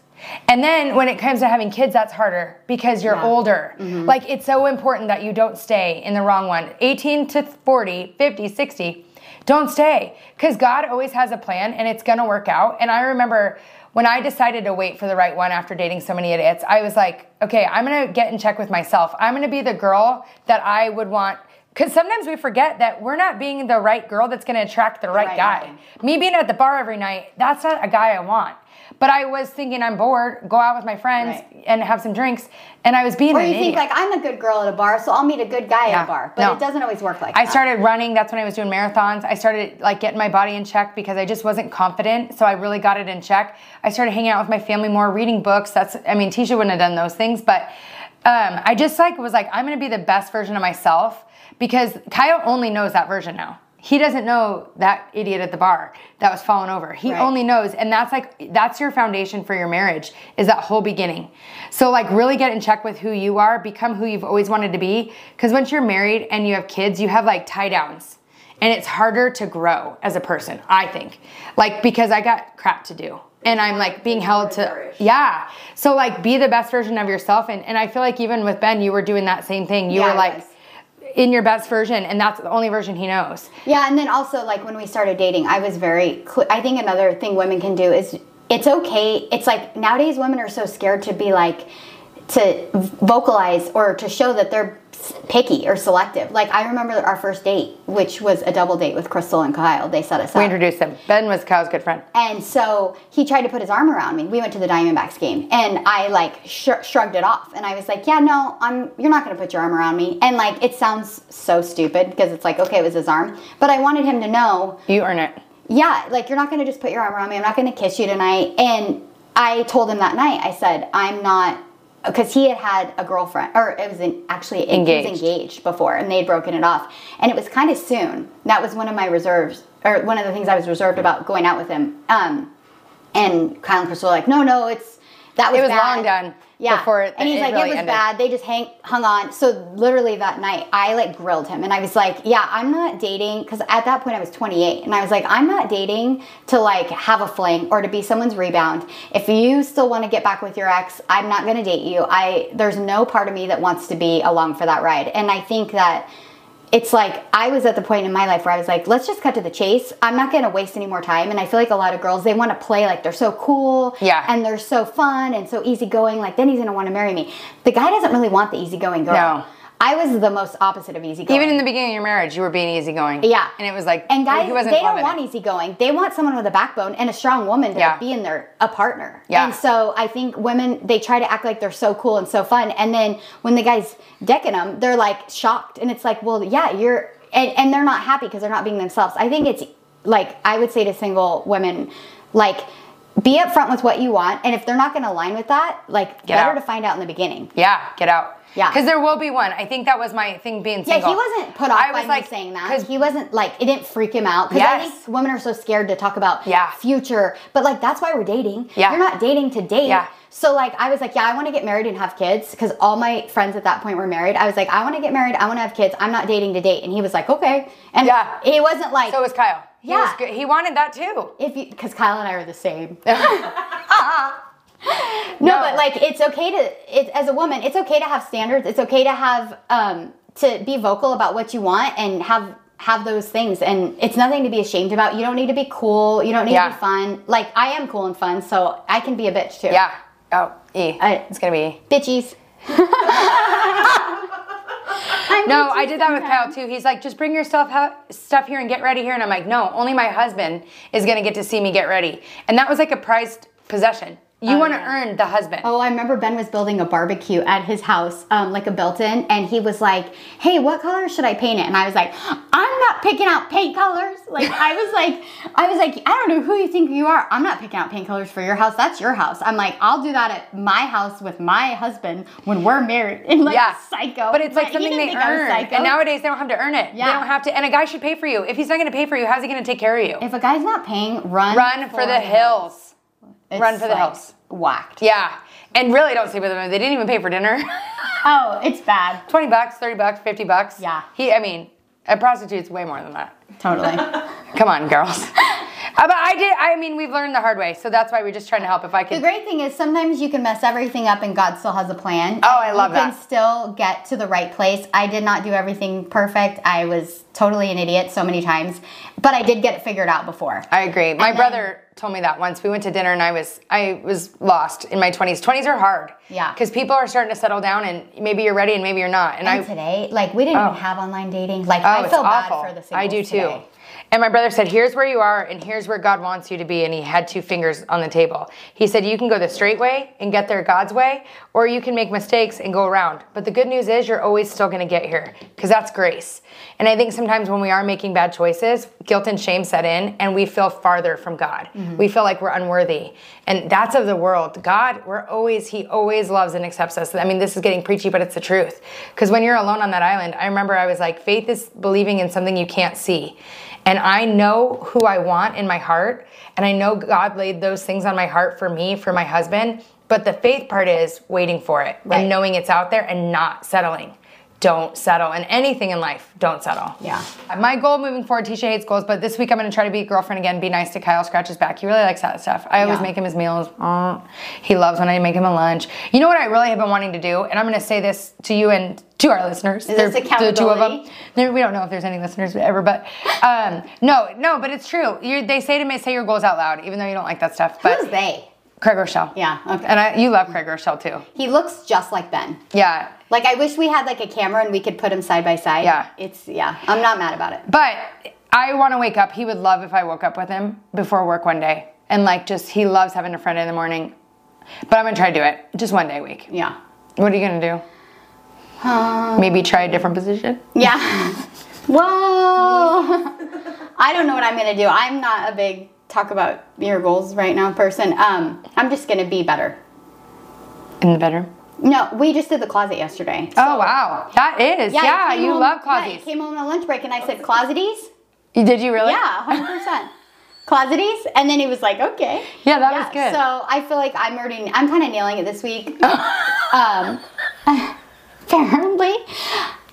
And then when it comes to having kids, that's harder because you're Yeah. older. Like it's so important that you don't stay in the wrong one. 18 to 40, 50, 60, don't stay because God always has a plan and it's gonna work out. And I remember when I decided to wait for the right one after dating so many idiots, I was like, okay, I'm gonna get in check with myself. I'm gonna be the girl that I would want because sometimes we forget that we're not being the right girl that's going to attract the right, right guy. guy. Me being at the bar every night, that's not a guy I want. But I was thinking I'm bored, go out with my friends Right. and have some drinks, and I was being Or an you think idiot. like I'm a good girl at a bar, so I'll meet a good guy at Yeah. a bar, but No. it doesn't always work like I that. started running. That's when I was doing marathons. I started like getting my body in check because I just wasn't confident. So I really got it in check. I started hanging out with my family more, reading books. That's I mean, Tisha wouldn't have done those things, but um, I just like was like, I'm gonna be the best version of myself because Kyle only knows that version now. He doesn't know that idiot at the bar that was falling over. He Right. only knows, and that's like that's your foundation for your marriage is that whole beginning. So like really get in check with who you are, become who you've always wanted to be. Because once you're married and you have kids, you have like tie downs, and it's harder to grow as a person. I think, like because I got crap to do, and I'm like being held to yeah. So like be the best version of yourself, and and I feel like even with Ben, you were doing that same thing. You Yeah, I were like. was. In your best version, and that's the only version he knows. Yeah, and then also like when we started dating, I was very. Cl- I think another thing women can do is it's okay. It's like nowadays women are so scared to be like to vocalize or to show that they're s- picky or selective. Like I remember our first date, which was a double date with Crystal and Kyle. They set us up. We introduced them. Ben was Kyle's good friend. And so he tried to put his arm around me. We went to the Diamondbacks game, and I like sh- shrugged it off, and I was like, "Yeah, no, I'm. You're not going to put your arm around me." And like, it sounds so stupid because it's like, okay, it was his arm, but I wanted him to know, You earn it. yeah, like you're not going to just put your arm around me. I'm not going to kiss you tonight. And I told him that night. I said, "I'm not." Because he had had a girlfriend, or it was an, actually he was Engaged. engaged before, and they'd broken it off, and it was kind of soon. That was one of my reserves, or one of the things I was reserved about going out with him. Um, and Kyle and Crystal were like, no, no, it's that was It was bad." long done Yeah, before it- and he's it like, really it was ended. bad. They just hang, hung on. So literally that night, I like grilled him, and I was like, yeah, I'm not dating because at that point I was 28, and I was like, I'm not dating to like have a fling or to be someone's rebound. If you still want to get back with your ex, I'm not going to date you. I there's no part of me that wants to be along for that ride, and I think that it's like I was at the point in my life where I was like, let's just cut to the chase. I'm not going to waste any more time. And I feel like a lot of girls, they want to play like they're so cool Yeah. and they're so fun and so easygoing. Like, then he's going to want to marry me. The guy doesn't really want the easygoing girl. No. I was the most opposite of easygoing. Even in the beginning of your marriage, you were being easygoing. Yeah. And it was like, and guys, he wasn't they don't loving want it. easygoing. They want someone with a backbone and a strong woman to Yeah. be in their a partner. Yeah. And so I think women they try to act like they're so cool and so fun, and then when the guys decking them, they're like shocked, and it's like, well, yeah, you're, and and they're not happy because they're not being themselves. I think it's like I would say to single women, like. Be upfront with what you want, and if they're not going to align with that, like Get better out. to find out in the beginning. Yeah, get out. Yeah. Because there will be one. I think that was my thing being Yeah, single. he wasn't put off I by was me like- saying 'cause- that. He wasn't like it didn't freak him out because I Yes. think women are so scared to talk about Yeah. future, but like that's why we're dating. Yeah. you're not dating to date. Yeah. So like I was like, yeah, I want to get married and have kids because all my friends at that point were married. I was like, I want to get married. I want to have kids. I'm not dating to date. And he was like, okay. And Yeah. he wasn't like So was Kyle. He Yeah. was good. He wanted that too. if you because Kyle and I are the (laughs) same. (laughs) no, but like it's okay to it as a woman. It's okay to have standards. It's okay to have um to be vocal about what you want and have have those things and it's nothing to be ashamed about. You don't need to be cool. You don't need Yeah. to be fun. Like I am cool and fun, so I can be a bitch too. Yeah. Oh, E. I- it's going to be E. Bitches. I'm No, bitchy I did that with sometimes. Kyle too. He's like, just bring your stuff, ho- stuff here and get ready here. And I'm like, no, only my husband is going to get to see me get ready. And that was like a prized possession. You want to earn the husband. Oh, I remember Ben was building a barbecue at his house, um, like a built-in, and he was like, "Hey, what color should I paint it?" And I was like, "I'm not picking out paint colors." Like I (laughs) was like, I was like, I don't know who you think you are. I'm not picking out paint colors for your house. That's your house. I'm like, I'll do that at my house with my husband when we're married. (laughs) And like yeah. psycho. But it's like He something didn't they think I was earn. psycho. And nowadays they don't have to earn it. They Yeah. don't have to. And a guy should pay for you. If he's not going to pay for you, how's he going to take care of you? if a guy's not paying, run Run for the hills. It's Run for the like hills. Whacked. Yeah. And really don't sleep with them. They didn't even pay for dinner. (laughs) Oh, it's bad. 20 bucks, 30 bucks, 50 bucks. Yeah. He, I mean, a prostitute's way more than that. Totally. Come on, girls. (laughs) Uh, but I did, I mean, we've learned the hard way, so that's why we're just trying to help if I The could. great thing is sometimes you can mess everything up and God still has a plan. Oh, I love you You that. can still get to the right place. I did not do everything perfect. I was totally an idiot so many times, but I did get it figured out before. I agree. My then- brother told me that once. We went to dinner and I was I was lost in my 20s. 20s are hard. Yeah. Because people are starting to settle down and maybe you're ready and maybe you're not. And, And I today, like we didn't Oh. even have online dating. Like Oh, I it's feel bad awful. for the singles I do too. today. And my brother said, "Here's where you are, and here's where God wants you to be." And he had two fingers on the table. He said, "You can go the straight way and get there God's way, or you can make mistakes and go around. But the good news is, you're always still going to get here because that's grace." And I think sometimes when we are making bad choices, guilt and shame set in, and we feel farther from God. Mm-hmm. We feel like we're unworthy, and that's of the world. God, we're always He always loves and accepts us. I mean, this is getting preachy, but it's the truth. Because when you're alone on that island, I remember I was like, faith is believing in something you can't see. And I know who I want in my heart. And I know God laid those things on my heart for me, for my husband. But the faith part is waiting for it Right. and knowing it's out there and not settling. Don't settle. And anything in life, don't settle. Yeah. My goal moving forward, Tisha hates goals, but this week I'm going to try to be a girlfriend again, be nice to Kyle, scratch his back. He really likes that stuff. I always Yeah. make him his meals. Mm. He loves when I make him a lunch. You know what I really have been wanting to do? And I'm going to say this to you and to our listeners. Is this the two of them. accountability? There, we don't know if there's any listeners ever, but um, no, no, but it's true. you they say to me, say your goals out loud, even though you don't like that stuff. But Who's they? Craig Rochelle. Hmm. Yeah, okay. And I, you love Craig Rochelle too. He looks just like Ben. Yeah. Like I wish we had like a camera and we could put him side by side. Yeah. It's yeah. I'm not mad about it. But I want to wake up. He would love if I woke up with him before work one day. And like just, he loves having a friend in the morning. But I'm going to try to do it just one day a week. Yeah. What are you going to Um, do? Maybe try a different position? (laughs) Yeah. Whoa. I don't know what I'm gonna do. I'm not a big talk about your goals right now person. Um, I'm just gonna be better. In the bedroom? No, we just did the closet yesterday. oh, wow. That is. Yeah, I came you home- love yeah, I closeties. came home on lunch break and I said closeties. You- Did you really? Yeah, (laughs) hundred percent. Closeties, and then he was like, "Okay." Yeah, that was good. So I feel like I'm already, I'm kind of nailing it (laughs) this week. um, (laughs) apparently,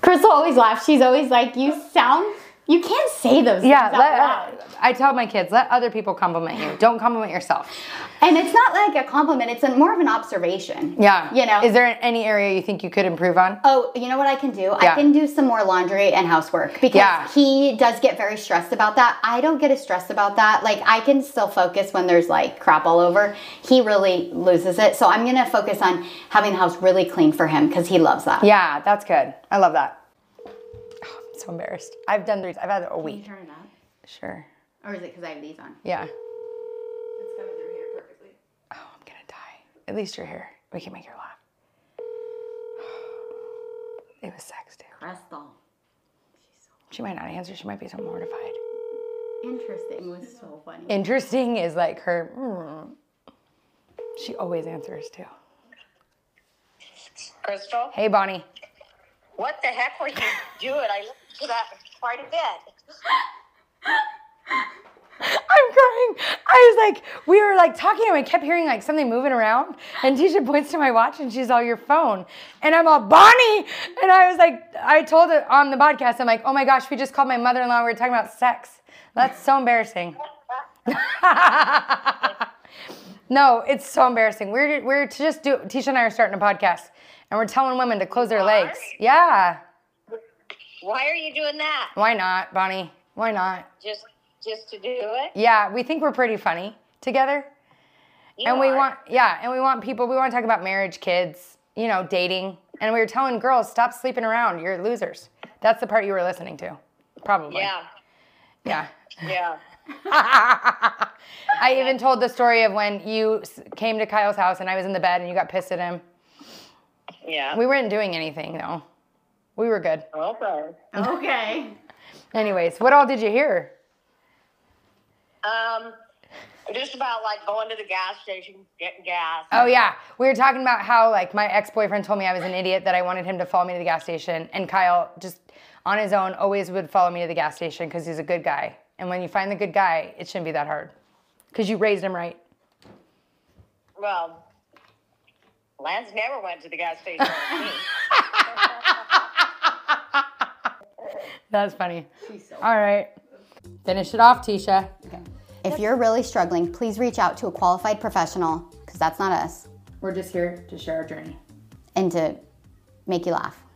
Crystal always laughs. She's always like, "You sound, you can't say those Yeah, things out loud." let, I tell my kids, let other people compliment you. Don't compliment yourself. And it's not like a compliment; it's a, more of an observation. Yeah. you know. Is there any area you think you could improve on? Oh, you know what I can do? Yeah. I can do some more laundry and housework because Yeah. he does get very stressed about that. I don't get as stressed about that. Like I can still focus when there's like crap all over. He really loses it. So I'm gonna focus on having the house really clean for him because he loves that. Yeah, that's good. I love that. Oh, (sighs) I'm so embarrassed. I've done these. I've had it a week. Turn it up. Sure. Or is it because I have these on? Yeah. It's coming through here perfectly. Oh, I'm gonna die. At least you're here. We can make her laugh. (sighs) It was sex, dude. Crystal. She might not answer. She might be so mortified. Interesting was so funny. Interesting is like her. mm. She always answers too. Crystal, Hey, Bonnie. what the heck were you (laughs) doing? I listened to that quite a bit. I'm crying. I was like, we were like talking, and I kept hearing like something moving around. And Tisha points to my watch, and she's all your phone. And I'm all Bonnie. And I was like, I told it on the podcast. I'm like, oh my gosh, we just called my mother-in-law. We were talking about sex. That's so embarrassing. (laughs) no, it's so embarrassing. We're we're to just do. Tisha and I are starting a podcast, and we're telling women to close their legs. Yeah, Why are you doing that? why not, Bonnie? Why not? Just just to do it? Yeah, we think we're pretty funny together. You and we are. want yeah and we want people we want to talk about marriage kids you know dating and we were telling girls stop sleeping around you're losers that's the part you were listening to probably Yeah, yeah (laughs) yeah. i even told the story of when you s- came to kyle's house and i was in the bed and you got pissed at him Yeah. we weren't doing anything though we were good okay. Okay. anyways what all did you hear Um just about like going to the gas station, getting gas. Oh yeah, we were talking about how like my ex boyfriend told me I was an idiot that I wanted him to follow me to the gas station, and Kyle just on his own always would follow me to the gas station because he's a good guy. And when you find the good guy, it shouldn't be that hard because you raised him right. Well, Lance never went to the gas station. That's funny. All right, finish it off, Tisha. If you're really struggling, please reach out to a qualified professional because that's not us, We're just here to share our journey. and to make you laugh.